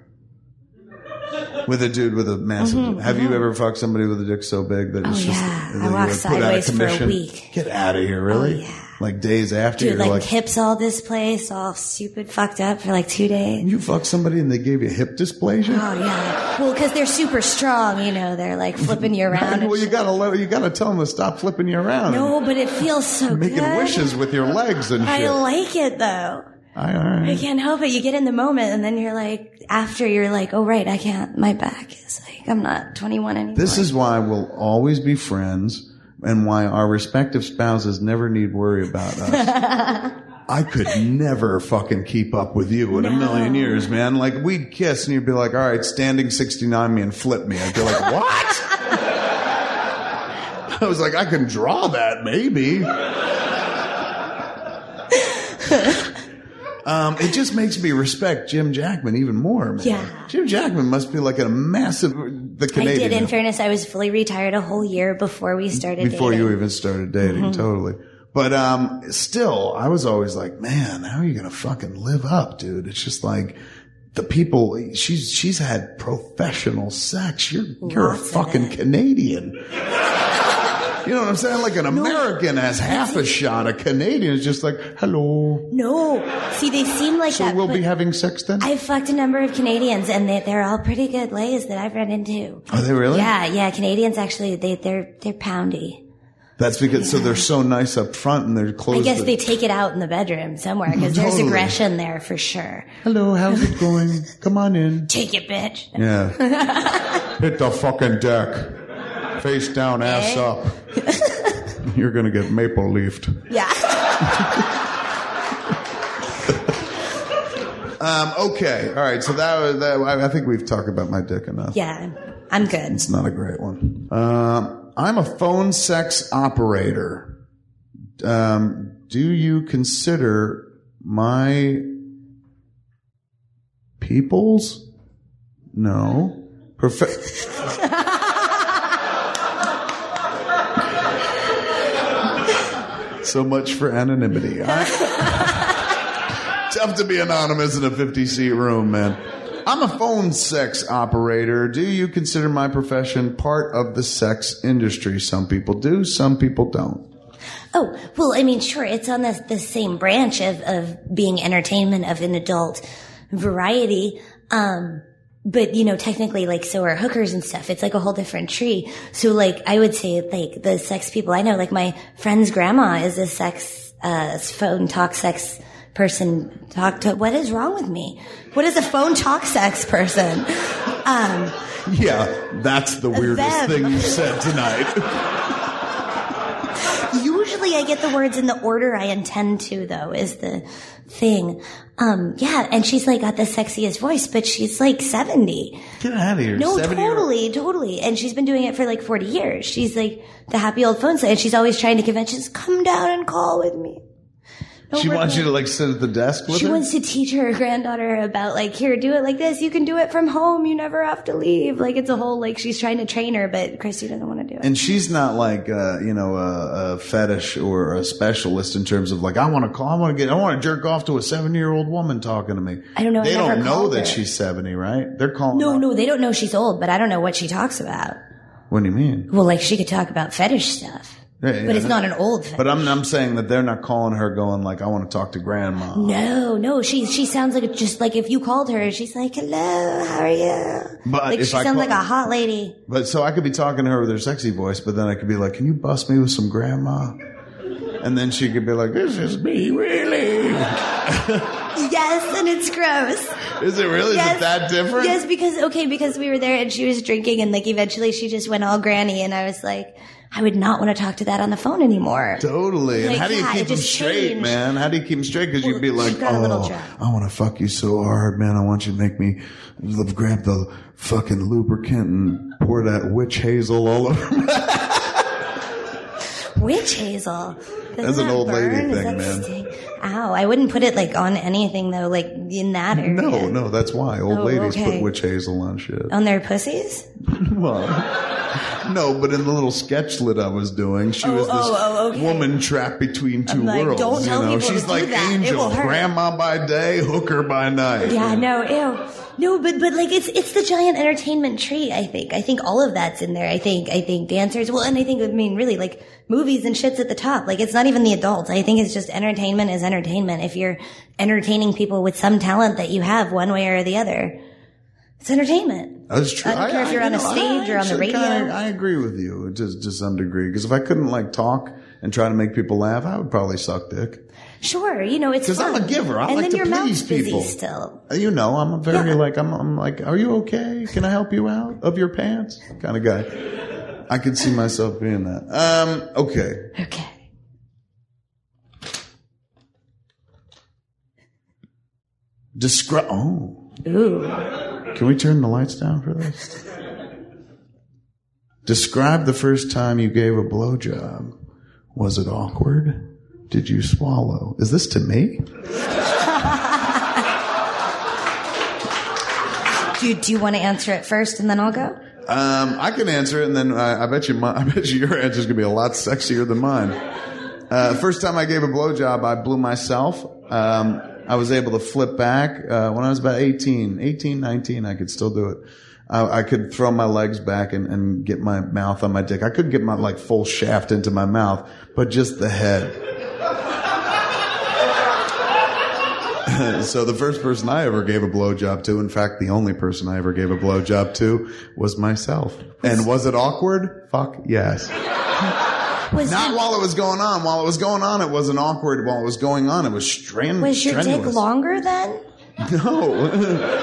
Speaker 2: With a dude with a massive. have you ever fucked somebody with a dick so big that it's just
Speaker 3: Mm-hmm, Oh, yeah.
Speaker 2: that
Speaker 3: I
Speaker 2: you
Speaker 3: walked
Speaker 2: were put out of
Speaker 3: sideways for a
Speaker 2: commission?
Speaker 3: week. Oh,
Speaker 2: Get out of here, really?
Speaker 3: yeah.
Speaker 2: Like days after
Speaker 3: Dude,
Speaker 2: you're
Speaker 3: like,
Speaker 2: like,
Speaker 3: hips all this place, all stupid, fucked up for like two days.
Speaker 2: you fucked somebody and they gave you hip dysplasia.
Speaker 3: Oh yeah. Well, because they're super strong, you know. They're like flipping you around. and
Speaker 2: well, you
Speaker 3: shit.
Speaker 2: gotta let, you gotta tell them to stop flipping you around.
Speaker 3: no, but it feels so
Speaker 2: and making
Speaker 3: good.
Speaker 2: wishes with your legs and
Speaker 3: I
Speaker 2: shit.
Speaker 3: like it though.
Speaker 2: I, all right.
Speaker 3: I can't help it. You get in the moment, and then you're like, after you're like, oh right, I can't. My back is like, I'm not 21 anymore.
Speaker 2: This is why we'll always be friends and why our respective spouses never need worry about us. I could never fucking keep up with you in a million years, man. Like, we'd kiss and you'd be like, all right, standing 69 me and flip me. I'd be like, what? I was like, I can draw that, maybe. Um, it just makes me respect Jim Jackman even more. Man.
Speaker 3: Yeah.
Speaker 2: Jim Jackman must be like a massive, the
Speaker 3: I
Speaker 2: Canadian.
Speaker 3: did. In fairness, I was fully retired a whole year before we started.
Speaker 2: before
Speaker 3: dating.
Speaker 2: you even started dating.
Speaker 3: Mm-hmm.
Speaker 2: Totally. But um, still, I was always like, man, how are you gonna fucking live up, dude? It's just like the people. She's she's had professional sex. You're you're a
Speaker 3: Lots of
Speaker 2: fucking
Speaker 3: it.
Speaker 2: Canadian. you know what I'm saying? Like an American has half a shot. A Canadian is just like, hello.
Speaker 3: No, see, they seem like
Speaker 2: So
Speaker 3: that.
Speaker 2: we'll
Speaker 3: but
Speaker 2: be having sex then?
Speaker 3: I've fucked a number of Canadians, and they, they're all pretty good lays that I've run into.
Speaker 2: are they really?
Speaker 3: Yeah, yeah. Canadians actually, they they're they're poundy.
Speaker 2: That's because so they're so nice up front and they're close.
Speaker 3: I guess
Speaker 2: to-
Speaker 3: they take it out in the bedroom somewhere because
Speaker 2: Totally.
Speaker 3: there's aggression there for sure.
Speaker 2: Hello, how's it going? Come on in.
Speaker 3: Take it, bitch.
Speaker 2: Yeah. Hit the fucking deck. Face down, ass
Speaker 3: Eh?
Speaker 2: up. You're gonna get maple leafed.
Speaker 3: Yeah.
Speaker 2: Um, okay, all right. So that was that. I I think we've talked about my dick enough.
Speaker 3: Yeah. I'm good.
Speaker 2: It's not a great one. Um, I'm a phone sex operator. Um, do you consider my peoples? No. Profe- so much for anonymity. I- Tough to be anonymous in a 50 seat room, man. I'm a phone sex operator. Do you consider my profession part of the sex industry? Some people do, some people don't.
Speaker 3: Oh, well, I mean, sure, it's on the, the same branch of, of being entertainment of an adult variety. Um, but you know, technically, like, so are hookers and stuff. It's like a whole different tree. So, like, I would say, like, the sex people I know, like, my friend's grandma is a sex, uh, phone talk sex person. Talk to, what is wrong with me? What is a phone talk sex person? Um,
Speaker 2: Yeah, that's the weirdest
Speaker 3: Them.
Speaker 2: thing you said tonight.
Speaker 3: Usually I get the words in the order I intend to though is the thing. Um, yeah, and she's like got the sexiest voice, but she's like 70.
Speaker 2: Get out of here.
Speaker 3: No,
Speaker 2: 70 year-
Speaker 3: totally, totally. And she's been doing it for like 40 years. She's like the happy old phone set and she's always trying to conventions, come down and call with me. No,
Speaker 2: She
Speaker 3: we're
Speaker 2: wants you
Speaker 3: good.
Speaker 2: to like sit at the desk with
Speaker 3: She
Speaker 2: her?
Speaker 3: wants to teach her granddaughter about like, here, do it like this. You can do it from home. You never have to leave. Like it's a whole, like she's trying to train her, but Christy doesn't want to do it.
Speaker 2: and she's not like uh, you know a, a fetish or a specialist in terms of like I want to call, I want to get, I want to jerk off to a seventy year old woman talking to me.
Speaker 3: I don't know, I
Speaker 2: They
Speaker 3: never
Speaker 2: don't know
Speaker 3: called
Speaker 2: that
Speaker 3: her.
Speaker 2: she's seventy, right? They're calling.
Speaker 3: No,
Speaker 2: up-
Speaker 3: no, they don't know she's old, but I don't know what she talks about.
Speaker 2: What do you mean?
Speaker 3: Well, like she could talk about fetish stuff,
Speaker 2: Yeah, yeah,
Speaker 3: but it's
Speaker 2: no.
Speaker 3: not an old fetish.
Speaker 2: But I'm I'm saying that they're not calling her, going like I want to talk to grandma.
Speaker 3: no, no, she she sounds like just like if you called her, she's like, "Hello, how are you?"
Speaker 2: But
Speaker 3: like
Speaker 2: if
Speaker 3: she
Speaker 2: I
Speaker 3: sounds
Speaker 2: call-
Speaker 3: like a hot lady.
Speaker 2: But so I could be talking to her with her sexy voice, but then I could be like, "Can you bust me with some grandma?" And then she could be like, "This is me, really?
Speaker 3: Yes, and it's gross.
Speaker 2: Is it really? Is
Speaker 3: Yes.
Speaker 2: it that different?"
Speaker 3: Yes, because okay, because we were there and she was drinking, and like eventually she just went all granny, and I was like, I would not want to talk to that on the phone anymore.
Speaker 2: Totally. and
Speaker 3: Like,
Speaker 2: how do you
Speaker 3: yeah,
Speaker 2: keep
Speaker 3: it
Speaker 2: them
Speaker 3: just
Speaker 2: straight,
Speaker 3: changed.
Speaker 2: man? How do you keep them straight? Because you'd be
Speaker 3: Well,
Speaker 2: like,
Speaker 3: she got a little
Speaker 2: oh,
Speaker 3: drunk."
Speaker 2: I want to fuck you so hard, man. I want you to make me l- grab the fucking lubricant and pour that witch hazel all over me.
Speaker 3: Witch hazel. Doesn't
Speaker 2: That's an
Speaker 3: that
Speaker 2: old lady
Speaker 3: burn? Does
Speaker 2: thing,
Speaker 3: that
Speaker 2: man.
Speaker 3: sting? Ow, I wouldn't put it like on anything though, like in that area.
Speaker 2: No, no, that's why old
Speaker 3: Oh,
Speaker 2: ladies put
Speaker 3: okay.
Speaker 2: witch hazel on shit.
Speaker 3: On their pussies?
Speaker 2: Well, no, but in the little sketchlet I was doing, she was this
Speaker 3: oh, oh, okay.
Speaker 2: woman trapped between 2
Speaker 3: like,
Speaker 2: worlds.
Speaker 3: don't
Speaker 2: you
Speaker 3: tell
Speaker 2: know,
Speaker 3: people to
Speaker 2: she's
Speaker 3: do
Speaker 2: like
Speaker 3: that. It
Speaker 2: angel,
Speaker 3: will hurt.
Speaker 2: grandma by day, hooker by night.
Speaker 3: Yeah, no, ew. No, but but like it's it's the giant entertainment tree, I think. I think all of that's in there. I think I think dancers well and I think I mean really like movies and shit's at the top. Like it's not even the adults. I think it's just entertainment is entertainment. If you're entertaining people with some talent that you have one way or the other. It's entertainment.
Speaker 2: That's true.
Speaker 3: I don't care if you're on a
Speaker 2: you know,
Speaker 3: stage or on the
Speaker 2: actually
Speaker 3: radio.
Speaker 2: kinda- I agree with you to, to some degree because if I couldn't like talk and try to make people laugh, I would probably suck dick.
Speaker 3: Sure, you know it's
Speaker 2: 'Cause I'm
Speaker 3: fun.
Speaker 2: a giver. I
Speaker 3: and
Speaker 2: like
Speaker 3: then
Speaker 2: to
Speaker 3: your
Speaker 2: please
Speaker 3: mouth's
Speaker 2: people.
Speaker 3: busy still.
Speaker 2: Uh, You know, I'm a very
Speaker 3: Yeah.
Speaker 2: like I'm, I'm like, are you okay? Can I help you out of your pants? Kind of guy. I could see myself being that. Um, okay.
Speaker 3: Okay.
Speaker 2: Describe. Oh,
Speaker 3: Ooh.
Speaker 2: can we turn the lights down for this? Describe the first time you gave a blowjob. Was it awkward? Did you swallow? Is this to me?
Speaker 3: Do you, do you want to answer it first and then I'll go?
Speaker 2: Um, I can answer it, and then uh, I, I bet you, my, I bet you, your answer is gonna be a lot sexier than mine. Uh, first time I gave a blowjob, I blew myself. Um, I was able to flip back uh, when I was about 18, 18, 19. I could still do it. I, I could throw my legs back and, and get my mouth on my dick. I couldn't get my like full shaft into my mouth, but just the head. so the first person I ever gave a blowjob to, in fact, the only person I ever gave a blowjob to, was myself. And was it awkward? Fuck yes.
Speaker 3: Was
Speaker 2: Not
Speaker 3: that-
Speaker 2: while it was going on. While it was going on, it wasn't awkward. While it was going on, it was stren-
Speaker 3: was your dick
Speaker 2: strenuous.
Speaker 3: longer then?
Speaker 2: No,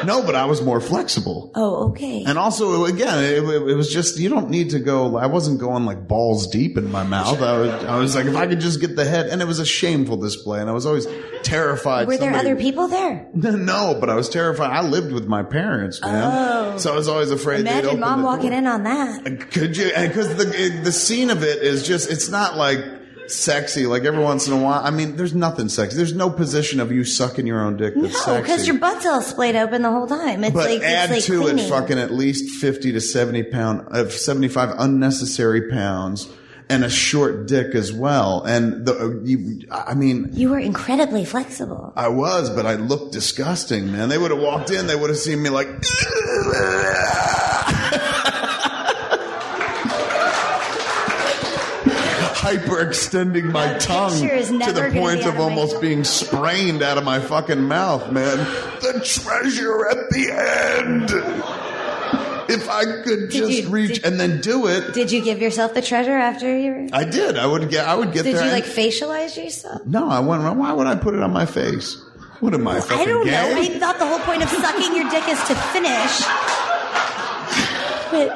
Speaker 2: no, but I was more flexible.
Speaker 3: Oh, okay.
Speaker 2: And also, again, it, it, it was just you don't need to go. I wasn't going like balls deep in my mouth. I was, I was like, if I could just get the head, and it was a shameful display, and I was always terrified.
Speaker 3: Were there
Speaker 2: somebody-
Speaker 3: other people there?
Speaker 2: No, but I was terrified. I lived with my parents, man.
Speaker 3: Oh.
Speaker 2: So I was always afraid. they'd
Speaker 3: Imagine
Speaker 2: open
Speaker 3: mom
Speaker 2: the
Speaker 3: walking
Speaker 2: door.
Speaker 3: in on that.
Speaker 2: Could you? Because the the scene of it is just it's not like sexy. Like every once in a while, I mean, there's nothing sexy. There's no position of you sucking your own dick that's
Speaker 3: No,
Speaker 2: sexy.
Speaker 3: because Oh, your butt's all splayed open the whole time. It's
Speaker 2: but
Speaker 3: like
Speaker 2: add
Speaker 3: it's like
Speaker 2: to
Speaker 3: cleaning.
Speaker 2: it fucking at least fifty to seventy pound, uh, seventy five unnecessary pounds, and a short dick as well. And the uh, you, I mean,
Speaker 3: You were incredibly flexible.
Speaker 2: I was, but I looked disgusting, man. They would have walked in, they would have seen me like. Hyperextending my
Speaker 3: That
Speaker 2: tongue
Speaker 3: picture is
Speaker 2: to
Speaker 3: never
Speaker 2: the
Speaker 3: gonna
Speaker 2: point
Speaker 3: be
Speaker 2: of
Speaker 3: out of my-
Speaker 2: almost being sprained out of my fucking mouth, man. The treasure at the end. If I could just
Speaker 3: you-
Speaker 2: reach
Speaker 3: did-
Speaker 2: and then do it,
Speaker 3: Did you give yourself the treasure after you were?
Speaker 2: I did. I would get. I would get
Speaker 3: Did
Speaker 2: there. and-
Speaker 3: you like facialize yourself?
Speaker 2: no, I wouldn't. Why would I put it on my face? What am I? Fucking
Speaker 3: I don't
Speaker 2: gay?
Speaker 3: know. I thought the whole point of sucking your dick is to finish. But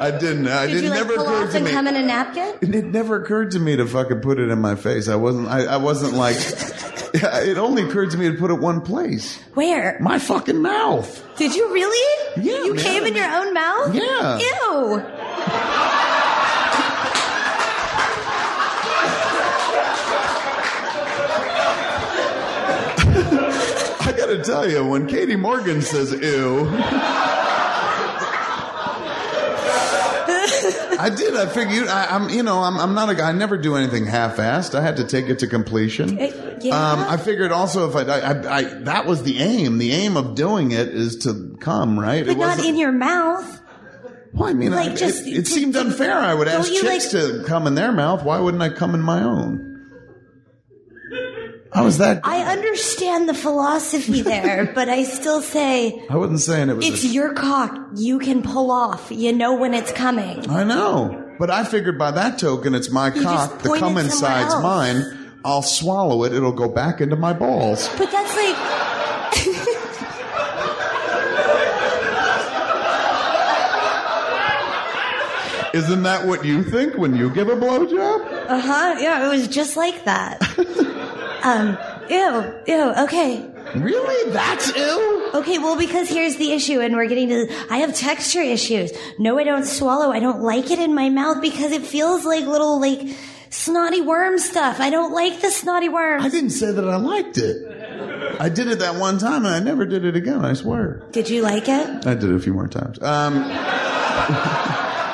Speaker 2: I didn't. I
Speaker 3: did
Speaker 2: didn't.
Speaker 3: you like
Speaker 2: never
Speaker 3: pull
Speaker 2: occurred
Speaker 3: off
Speaker 2: to
Speaker 3: and
Speaker 2: me.
Speaker 3: come in a napkin?
Speaker 2: it never occurred to me to fucking put it in my face. I wasn't. I, I wasn't like. Yeah, it only occurred to me to put it one place.
Speaker 3: Where?
Speaker 2: My fucking mouth.
Speaker 3: Did you really?
Speaker 2: Yeah,
Speaker 3: You
Speaker 2: man.
Speaker 3: came in your own mouth?
Speaker 2: Yeah.
Speaker 3: Ew.
Speaker 2: I gotta tell you, when Katie Morgan says "ew," I did. I figured. I, I'm. You know. I'm. I'm not a guy. I never do anything half-assed. I had to take it to completion.
Speaker 3: Uh, yeah.
Speaker 2: Um, I figured also if I, I, I, I, that was the aim. The aim of doing it is to come, right?
Speaker 3: But not in your mouth.
Speaker 2: Well, I mean,
Speaker 3: Like,
Speaker 2: I,
Speaker 3: just-
Speaker 2: it, it seemed unfair. I would ask
Speaker 3: Don't you,
Speaker 2: chicks
Speaker 3: like-
Speaker 2: to come in their mouth. Why wouldn't I come in my own? I was that.
Speaker 3: I
Speaker 2: I,
Speaker 3: understand the philosophy there, but I still say
Speaker 2: wasn't saying it was.
Speaker 3: it's
Speaker 2: a-
Speaker 3: your cock. You can pull off. You know when it's coming.
Speaker 2: I know, but I figured by that token, it's my cock.
Speaker 3: just
Speaker 2: The
Speaker 3: pointed
Speaker 2: come
Speaker 3: somewhere
Speaker 2: inside's
Speaker 3: else.
Speaker 2: mine. I'll swallow it. It'll go back into my balls.
Speaker 3: But that's like
Speaker 2: Isn't that what you think when you give a blowjob?
Speaker 3: Uh huh. Yeah, it was just like that. um, ew, ew. Okay,
Speaker 2: Really? That's ill?
Speaker 3: okay. Well, because here's the issue, and we're getting to. I have texture issues. No, I don't swallow. I don't like it in my mouth because it feels like little like snotty worm stuff. I don't like the snotty worms.
Speaker 2: I didn't say that I liked it. I did it that one time and I never did it again, I swear.
Speaker 3: Did you like it?
Speaker 2: I did it a few more times. Um,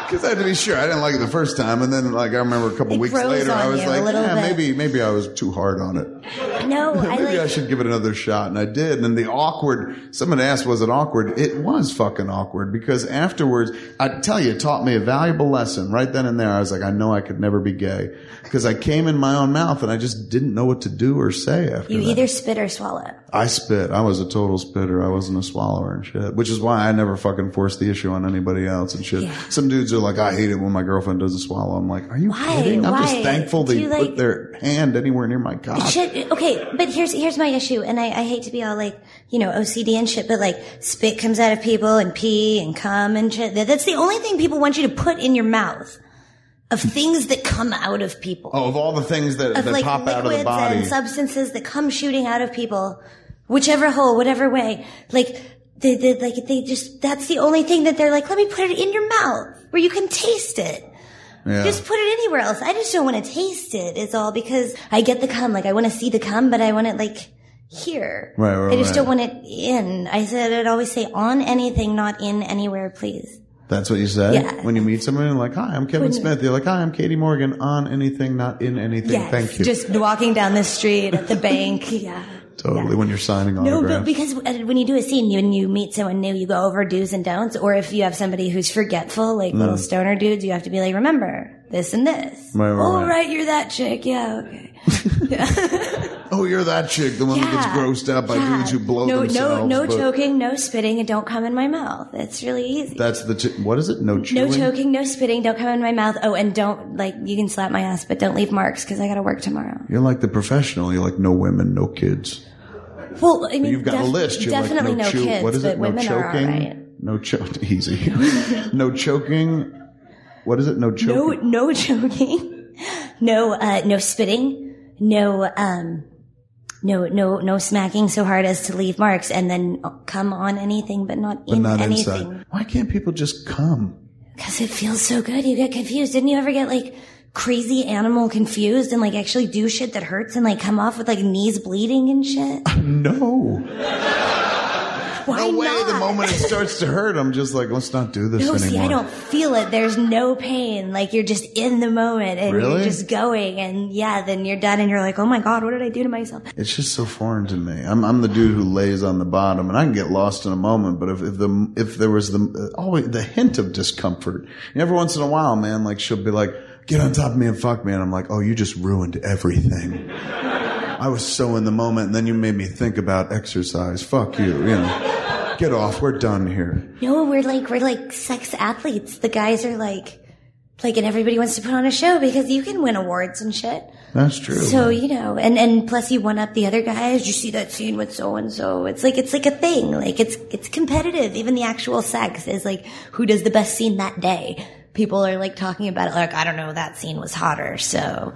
Speaker 2: Because I had to be sure. I didn't like it the first time, and then like I remember a couple
Speaker 3: It
Speaker 2: weeks
Speaker 3: grows
Speaker 2: later,
Speaker 3: on
Speaker 2: I was
Speaker 3: you a
Speaker 2: like,
Speaker 3: little
Speaker 2: yeah,
Speaker 3: bit."
Speaker 2: maybe maybe I was too hard on it.
Speaker 3: No, I
Speaker 2: Maybe
Speaker 3: like.
Speaker 2: I should give it another shot. And I did. And the awkward, someone asked, was it awkward? It was fucking awkward because afterwards, I tell you, it taught me a valuable lesson right then and there. I was like, I know I could never be gay because I came in my own mouth and I just didn't know what to do or say after
Speaker 3: you
Speaker 2: that.
Speaker 3: either spit or swallow.
Speaker 2: I spit. I was a total spitter. I wasn't a swallower and shit, which is why I never fucking forced the issue on anybody else and shit.
Speaker 3: Yeah.
Speaker 2: Some dudes are like, I hate it when my girlfriend doesn't swallow. I'm like, are you
Speaker 3: Why?
Speaker 2: kidding? I'm just
Speaker 3: Why?
Speaker 2: thankful
Speaker 3: Do
Speaker 2: they
Speaker 3: you
Speaker 2: put
Speaker 3: like-
Speaker 2: their hand anywhere near my cock.
Speaker 3: Shit. Okay, but here's here's my issue, and I, I hate to be all like you know OCD and shit, but like spit comes out of people and pee and cum and shit. That, that's the only thing people want you to put in your mouth of things that come out of people.
Speaker 2: Oh, of all the things that,
Speaker 3: of
Speaker 2: that
Speaker 3: like
Speaker 2: pop out
Speaker 3: liquids
Speaker 2: of the body.
Speaker 3: and substances that come shooting out of people, whichever hole, whatever way. Like they, they like they just that's the only thing that they're like. Let me put it in your mouth where you can taste it.
Speaker 2: yeah.
Speaker 3: Just put it anywhere else. I just don't want to taste it. It's all because I get the cum. Like I want to see the cum, but I want it like here.
Speaker 2: Right, right,
Speaker 3: I just
Speaker 2: right.
Speaker 3: don't want it in. I said I'd always say on anything, not in anywhere, please.
Speaker 2: That's what you said
Speaker 3: Yeah.
Speaker 2: when you meet someone. You're like, hi, I'm Kevin Smith. You're like, hi, I'm Katie Morgan. On anything, not in anything.
Speaker 3: Yes.
Speaker 2: Thank you.
Speaker 3: Just walking down the street at the bank. Yeah.
Speaker 2: totally. When you're signing
Speaker 3: No,
Speaker 2: autographs.
Speaker 3: but because uh, when you do a scene, you- when you meet someone new, you go over do's and don'ts. Or if you have somebody who's forgetful, like little stoner dudes, you have to be like, remember this and this.
Speaker 2: Right, right,
Speaker 3: oh,
Speaker 2: right.
Speaker 3: right. you're that chick. Yeah, okay.
Speaker 2: oh, you're that chick, the one who gets grossed out by
Speaker 3: yeah.
Speaker 2: dudes who blow
Speaker 3: no,
Speaker 2: themselves.
Speaker 3: No, no
Speaker 2: but
Speaker 3: choking, no spitting, and don't come in my mouth. It's really easy.
Speaker 2: That's the chi- what is it? No chewing.
Speaker 3: no choking, no spitting, don't come in my mouth. Oh, and don't, like, you can slap my ass, but don't leave marks because I got to work tomorrow.
Speaker 2: You're like the professional. You're like no women, no kids.
Speaker 3: Well, I mean,
Speaker 2: You've got a
Speaker 3: def-
Speaker 2: list. You're
Speaker 3: definitely
Speaker 2: like, no,
Speaker 3: no
Speaker 2: chew-
Speaker 3: kids,
Speaker 2: What is
Speaker 3: but
Speaker 2: it? no
Speaker 3: women
Speaker 2: choking.
Speaker 3: are all right.
Speaker 2: No choking. Easy. no choking. What is it? No choking.
Speaker 3: No, no joking. No, uh, no spitting. No, um, no, no, no smacking so hard as to leave marks and then come on anything, but not
Speaker 2: but
Speaker 3: in
Speaker 2: not
Speaker 3: anything.
Speaker 2: inside. Why can't people just come?
Speaker 3: Cause it feels so good. You get confused. Didn't you ever get like crazy animal confused and like actually do shit that hurts and like come off with like knees bleeding and shit?
Speaker 2: No.
Speaker 3: Why
Speaker 2: No way.
Speaker 3: not?
Speaker 2: The moment it starts to hurt, I'm just like, let's not do this
Speaker 3: No,
Speaker 2: anymore.
Speaker 3: see, I don't feel it. There's no pain. Like you're just in the moment and
Speaker 2: Really?
Speaker 3: you're just going and yeah, then you're done and you're like, oh my God, what did I do to myself?
Speaker 2: It's just so foreign to me. I'm I'm the dude who lays on the bottom, and I can get lost in a moment. But if if the if there was the uh, always the hint of discomfort, and every once in a while, man, like she'll be like, "Get on top of me and fuck me," and I'm like, "Oh, you just ruined everything." I was so in the moment, and then you made me think about exercise. Fuck you, you know. Get off. We're done here.
Speaker 3: No, we're like, we're like sex athletes. The guys are like, like, and everybody wants to put on a show because you can win awards and shit.
Speaker 2: That's true.
Speaker 3: So, you know, and, and plus you one up the other guys. You see that scene with so and so. It's like, it's like a thing. Like it's, it's competitive. Even the actual sex is like, who does the best scene that day? People are like talking about it. Like, I don't know, that scene was hotter. So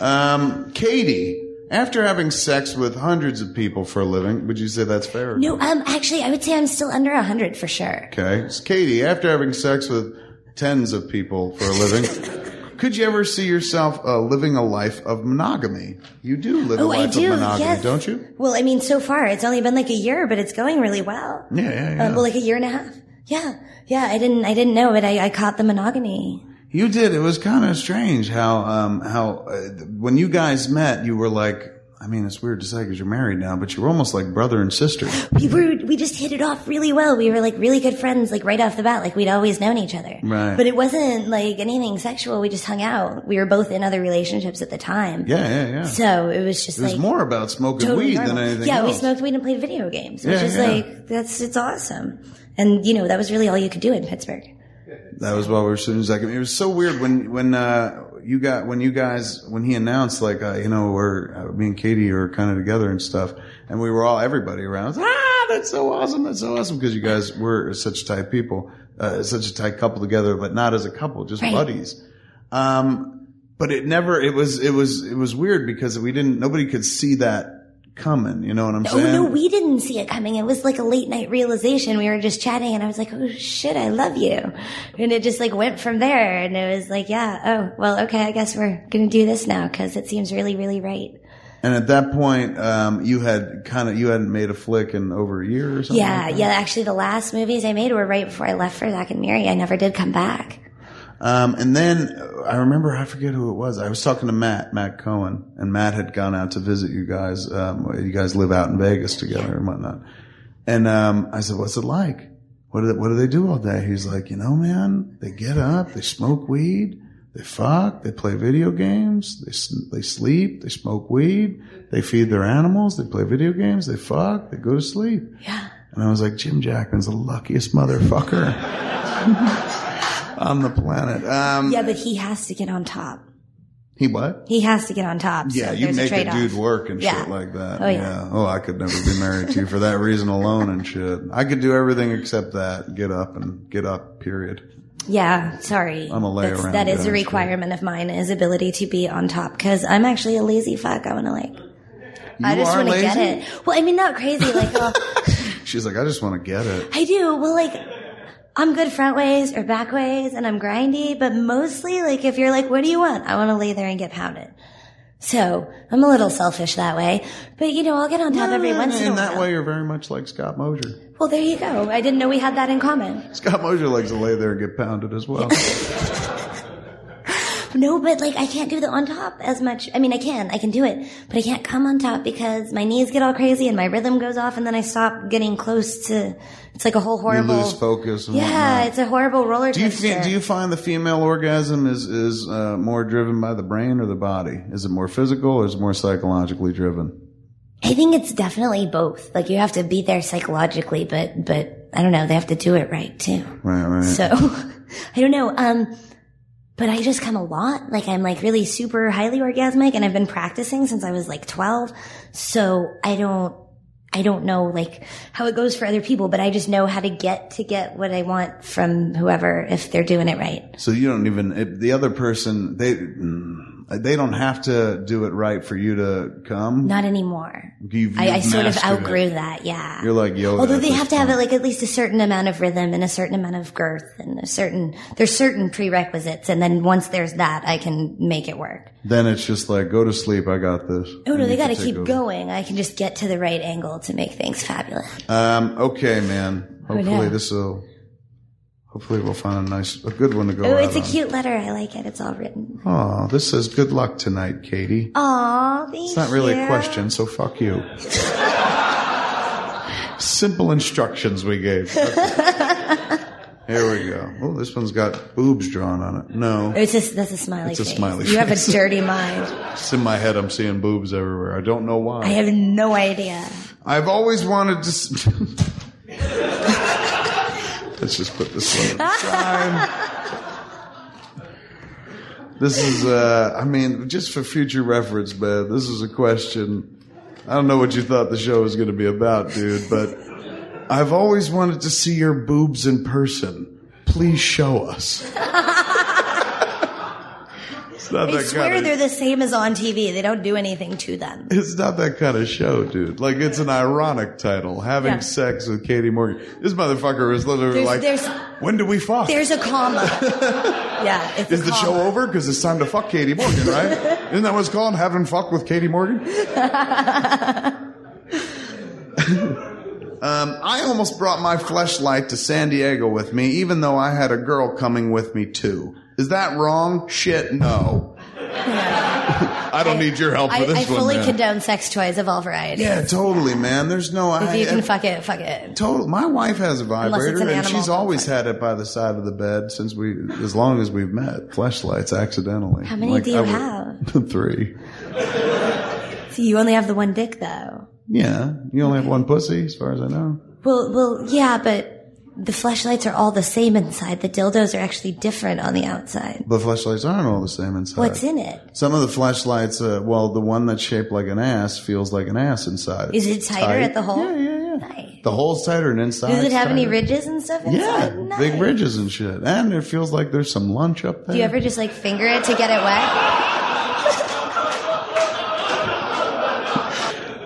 Speaker 2: um, Katie, after having sex with hundreds of people for a living, would you say that's fair? Or
Speaker 3: no, um, actually I would say I'm still under a hundred for sure.
Speaker 2: Okay. It's Katie, after having sex with tens of people for a living, could you ever see yourself uh, living a life of monogamy? You do live a
Speaker 3: Oh, I
Speaker 2: life
Speaker 3: do.
Speaker 2: of monogamy,
Speaker 3: yes.
Speaker 2: don't you?
Speaker 3: Well, I mean, so far it's only been like a year, but it's going really well.
Speaker 2: Yeah, yeah, yeah.
Speaker 3: Um, well, like a year and a half. Yeah, yeah. I didn't, I didn't know, but I, I caught the monogamy.
Speaker 2: you did. It was kind of strange how um, how uh, when you guys met, you were like. I mean, it's weird to say because you're married now, but you were almost like brother and sister.
Speaker 3: We were, we just hit it off really well. We were like really good friends, like right off the bat, like we'd always known each other.
Speaker 2: Right.
Speaker 3: But it wasn't like anything sexual. We just hung out. We were both in other relationships at the time.
Speaker 2: Yeah, yeah, yeah.
Speaker 3: So it was just
Speaker 2: it was
Speaker 3: like
Speaker 2: more about smoking
Speaker 3: totally
Speaker 2: weed
Speaker 3: normal.
Speaker 2: than anything
Speaker 3: Yeah, we
Speaker 2: else.
Speaker 3: smoked weed and played video games, which
Speaker 2: Yeah,
Speaker 3: is
Speaker 2: yeah.
Speaker 3: like that's it's awesome. And you know that was really all you could do in Pittsburgh.
Speaker 2: That was while we were shooting second. It was so weird when when uh, you got when you guys when he announced like uh, you know we're uh, me and Katie are kind of together and stuff, and we were all everybody around. I was like, ah, that's so awesome. That's so awesome because you guys were such tight people, uh, such a tight couple together, but not as a couple, just
Speaker 3: Right.
Speaker 2: buddies. Um, but it never, it was, it was, it was weird because we didn't, nobody could see that coming. You know what I'm
Speaker 3: Oh
Speaker 2: saying?
Speaker 3: no, we didn't see it coming. It was like a late night realization. We were just chatting and I was like, Oh shit, I love you. And it just like went from there and it was like, yeah, oh, well, okay, I guess we're going to do this now because it seems really, really right.
Speaker 2: and at that point, um, you had kind of, you hadn't made a flick in over a year or something.
Speaker 3: Yeah. Yeah. Actually, the last movies I made were right before I left for Zach and Mary. I never did come back.
Speaker 2: Um, and then uh, I remember, I forget who it was. I was talking to Matt, Matt Cohen, and Matt had gone out to visit you guys. Um, you guys live out in Vegas together and whatnot. And, um, I said, what's it like? What do they, what do they do all day? He's like, you know, man, they get up, they smoke weed, they fuck, they play video games, they, s- they sleep, they smoke weed, they feed their animals, they play video games, they fuck, they go to sleep.
Speaker 3: Yeah.
Speaker 2: And I was like, Jim Jackman's the luckiest motherfucker on the planet. Um,
Speaker 3: Yeah. But he has to get on top.
Speaker 2: He what?
Speaker 3: He has to get on top. so
Speaker 2: Yeah, you
Speaker 3: there's
Speaker 2: make a,
Speaker 3: trade-off.
Speaker 2: dude work and
Speaker 3: Yeah.
Speaker 2: shit like that.
Speaker 3: Oh, yeah.
Speaker 2: Oh, I could never be married to you for that reason alone and shit. I could do everything except that. Get up and get up, period.
Speaker 3: Yeah, sorry.
Speaker 2: I'm a
Speaker 3: That's-
Speaker 2: layaround
Speaker 3: That
Speaker 2: guy,
Speaker 3: is a
Speaker 2: so-
Speaker 3: requirement of mine is ability to be on top because I'm actually a lazy fuck. I want to like. I
Speaker 2: You
Speaker 3: just
Speaker 2: are
Speaker 3: want to get
Speaker 2: lazy?
Speaker 3: it. Well, I mean, not crazy. Like, well,
Speaker 2: She's like, I just want to get it.
Speaker 3: I do. Well, like, I'm good front ways or back ways, and I'm grindy. But mostly, like, if you're like, "What do you want?" I want to lay there and get pounded. So I'm a little selfish that way. But you know, I'll get on top every once in,
Speaker 2: Eh, in
Speaker 3: a
Speaker 2: that
Speaker 3: while.
Speaker 2: way, you're very much like Scott Mosier.
Speaker 3: Well, there you go. I didn't know we had that in common.
Speaker 2: Scott Mosier likes to lay there and get pounded as well.
Speaker 3: No, but like I can't do the on top as much. I mean, I can, I can do it, but I can't come on top because my knees get all crazy and my rhythm goes off, and then I stop getting close to. It's like a whole
Speaker 2: you
Speaker 3: horrible.
Speaker 2: lose focus. And
Speaker 3: yeah,
Speaker 2: whatnot.
Speaker 3: it's a horrible roller
Speaker 2: Do you,
Speaker 3: coaster.
Speaker 2: feel, do you find the female orgasm is is uh, more driven by the brain or the body? Is it more physical or is it more psychologically driven?
Speaker 3: I think it's definitely both. Like you have to be there psychologically, but but I don't know. They have to do it right too.
Speaker 2: Right, right.
Speaker 3: So I don't know. Um, but I just come a lot. Like I'm like really super highly orgasmic and I've been practicing since I was like 12. So I don't, I don't know like how it goes for other people, but I just know how to get to get what I want from whoever if they're doing it right.
Speaker 2: So you don't even if the other person they mm, they don't have to do it right for you to come.
Speaker 3: Not anymore.
Speaker 2: You've-
Speaker 3: I, I
Speaker 2: you've
Speaker 3: sort of
Speaker 2: mastered it.
Speaker 3: outgrew that. Yeah.
Speaker 2: You're like Yoda.
Speaker 3: Although
Speaker 2: at
Speaker 3: they
Speaker 2: this
Speaker 3: have to have
Speaker 2: point.
Speaker 3: it like at least a certain amount of rhythm and a certain amount of girth and a certain, there's certain prerequisites. And then once there's that, I can make it work.
Speaker 2: Then it's just like go to sleep. I got this.
Speaker 3: Oh no,
Speaker 2: And
Speaker 3: they
Speaker 2: you can
Speaker 3: got to
Speaker 2: take
Speaker 3: keep
Speaker 2: over.
Speaker 3: going. I can just get to the right angle to make things fabulous.
Speaker 2: Um, okay, man.
Speaker 3: Oh, yeah.
Speaker 2: Hopefully this will. Hopefully we'll find a nice, a good one to go.
Speaker 3: Oh,
Speaker 2: out
Speaker 3: it's a
Speaker 2: on.
Speaker 3: cute letter. I like it. It's all written.
Speaker 2: Oh, this says good luck tonight, Katie.
Speaker 3: Aw, thank you.
Speaker 2: It's not really a question, so fuck you. Simple instructions we gave. Here we go. Oh, this one's got boobs drawn on it. No.
Speaker 3: It's just that's a smiley.
Speaker 2: It's a
Speaker 3: face.
Speaker 2: smiley
Speaker 3: You have
Speaker 2: face.
Speaker 3: a dirty mind.
Speaker 2: It's in my head. I'm seeing boobs everywhere. I don't know
Speaker 3: I
Speaker 2: why.
Speaker 3: have no idea.
Speaker 2: I've always wanted to. S- Let's just put this one. Time. This is, uh, I mean, just for future reference, man, this is a question. I don't know what you thought the show was going to be about, dude, but I've always wanted to see your boobs in person. Please show us. it's not
Speaker 3: I
Speaker 2: that
Speaker 3: swear
Speaker 2: kind of-
Speaker 3: they're the same as on TV. They don't do anything to them.
Speaker 2: It's not that kind of show, dude. Like, it's an ironic title. Having
Speaker 3: Yeah.
Speaker 2: sex with Katie Morgan. This motherfucker is literally
Speaker 3: There's-
Speaker 2: like,
Speaker 3: there's-
Speaker 2: when do we fuck?
Speaker 3: There's a comma. yeah, it's
Speaker 2: is
Speaker 3: a
Speaker 2: the
Speaker 3: comma.
Speaker 2: show over? Because it's time to fuck Katie Morgan, right? Isn't that what it's called? Having fuck with Katie Morgan? um, I almost brought my fleshlight to San Diego with me, even though I had a girl coming with me too. Is that wrong? Shit, no. I don't need your help
Speaker 3: I,
Speaker 2: with this
Speaker 3: I
Speaker 2: one.
Speaker 3: fully
Speaker 2: man.
Speaker 3: condone sex toys of all varieties.
Speaker 2: Yeah, totally, man. There's no.
Speaker 3: If
Speaker 2: I,
Speaker 3: you can
Speaker 2: I-
Speaker 3: fuck it, fuck it.
Speaker 2: Total. My wife has a vibrator,
Speaker 3: an
Speaker 2: and
Speaker 3: animal.
Speaker 2: she's always had it by the side of the bed since we, as long as we've met. Flashlights, accidentally.
Speaker 3: How many do you have?
Speaker 2: Three.
Speaker 3: See, you only have the one dick though.
Speaker 2: Yeah, you only have one pussy, as far as I know.
Speaker 3: Well, well, yeah, but the flashlights are all the same inside. The dildos are actually different on the outside.
Speaker 2: But flashlights aren't all the same inside.
Speaker 3: What's in it?
Speaker 2: Some of the flashlights, uh, well, the one that's shaped like an ass feels like an ass inside.
Speaker 3: Is it tighter at the hole?
Speaker 2: Yeah, yeah, yeah.
Speaker 3: Nice.
Speaker 2: The whole side or an inside?
Speaker 3: Does it have any
Speaker 2: side?
Speaker 3: ridges and stuff
Speaker 2: Uh, Yeah,
Speaker 3: inside? Nice.
Speaker 2: big ridges and shit. And it feels like there's some lunch up there.
Speaker 3: Do you ever just like finger it to get it wet?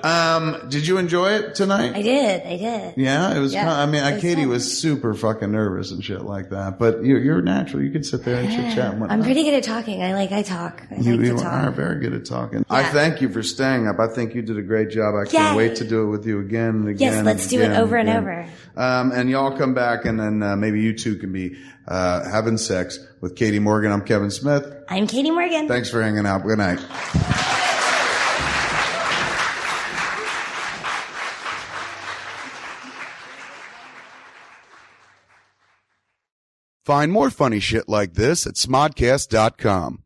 Speaker 2: um, did you enjoy it tonight?
Speaker 3: I did. I did.
Speaker 2: Yeah, it was.
Speaker 3: Yeah,
Speaker 2: kind I mean,
Speaker 3: it
Speaker 2: I,
Speaker 3: was
Speaker 2: Katie
Speaker 3: fun.
Speaker 2: was super fucking nervous and shit like that. But you, you're natural. You could sit there and chit chat. and whatnot.
Speaker 3: I'm pretty good at talking. I like I talk. I
Speaker 2: You,
Speaker 3: like
Speaker 2: you
Speaker 3: to talk.
Speaker 2: are very good at talking. I
Speaker 3: Yeah.
Speaker 2: thank you for staying up. I think you did a great job. I can't
Speaker 3: Yay.
Speaker 2: wait to do it with you again and again.
Speaker 3: Yes, let's
Speaker 2: and
Speaker 3: do it
Speaker 2: again
Speaker 3: over and
Speaker 2: again. Um, and y'all come back and then uh, maybe you two can be uh, having sex with Katie Morgan. I'm Kevin Smith.
Speaker 3: I'm Katie Morgan.
Speaker 2: Thanks for hanging out. Good night. Find more funny shit like this at smodcast.com.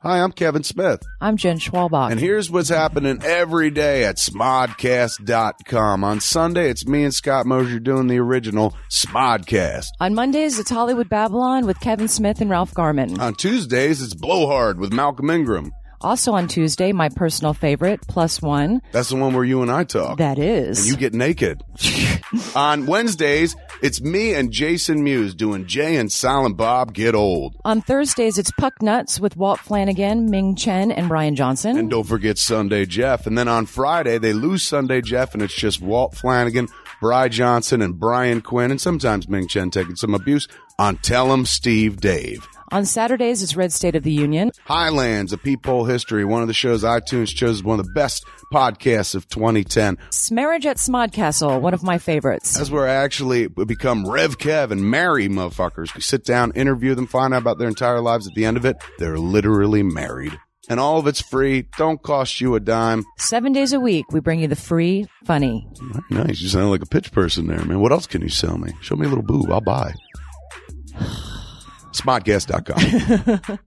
Speaker 2: Hi, I'm Kevin Smith.
Speaker 4: I'm Jen Schwalbach.
Speaker 2: And here's what's happening every day at smodcast.com. On Sunday, it's me and Scott Mosier doing the original Smodcast.
Speaker 4: on Mondays, it's Hollywood Babylon with Kevin Smith and Ralph Garman.
Speaker 2: On Tuesdays, it's Blowhard with Malcolm Ingram.
Speaker 4: also on Tuesday, my personal favorite, Plus One.
Speaker 2: That's the one where you and I talk.
Speaker 4: That
Speaker 2: and
Speaker 4: is.
Speaker 2: you get naked. On Wednesdays, it's me and Jason Mewes doing Jay and Silent Bob Get Old.
Speaker 4: on Thursdays, it's Puck Nuts with Walt Flanagan, Ming Chen, and Brian Johnson.
Speaker 2: And don't forget Sunday Jeff. And then on Friday, they lose Sunday Jeff, and it's just Walt Flanagan, Bry Johnson, and Brian Quinn, and sometimes Ming Chen taking some abuse on Tell 'em Steve Dave.
Speaker 4: on Saturdays, it's Red State of the Union.
Speaker 2: Highlands, A Peephole History, one of the shows iTunes chose as one of the best podcasts of 2010.
Speaker 4: Smarriage at Smodcastle, one of my favorites.
Speaker 2: That's where I actually become Rev Kev and marry motherfuckers. We sit down, interview them, find out about their entire lives. At the end of it, they're literally married. And all of it's free. Don't cost you a dime.
Speaker 4: Seven days a week, we bring you the free, funny.
Speaker 2: Very nice. You sound like a pitch person there, man. What else can you sell me? Show me a little boob. I'll buy. Smodcast.com.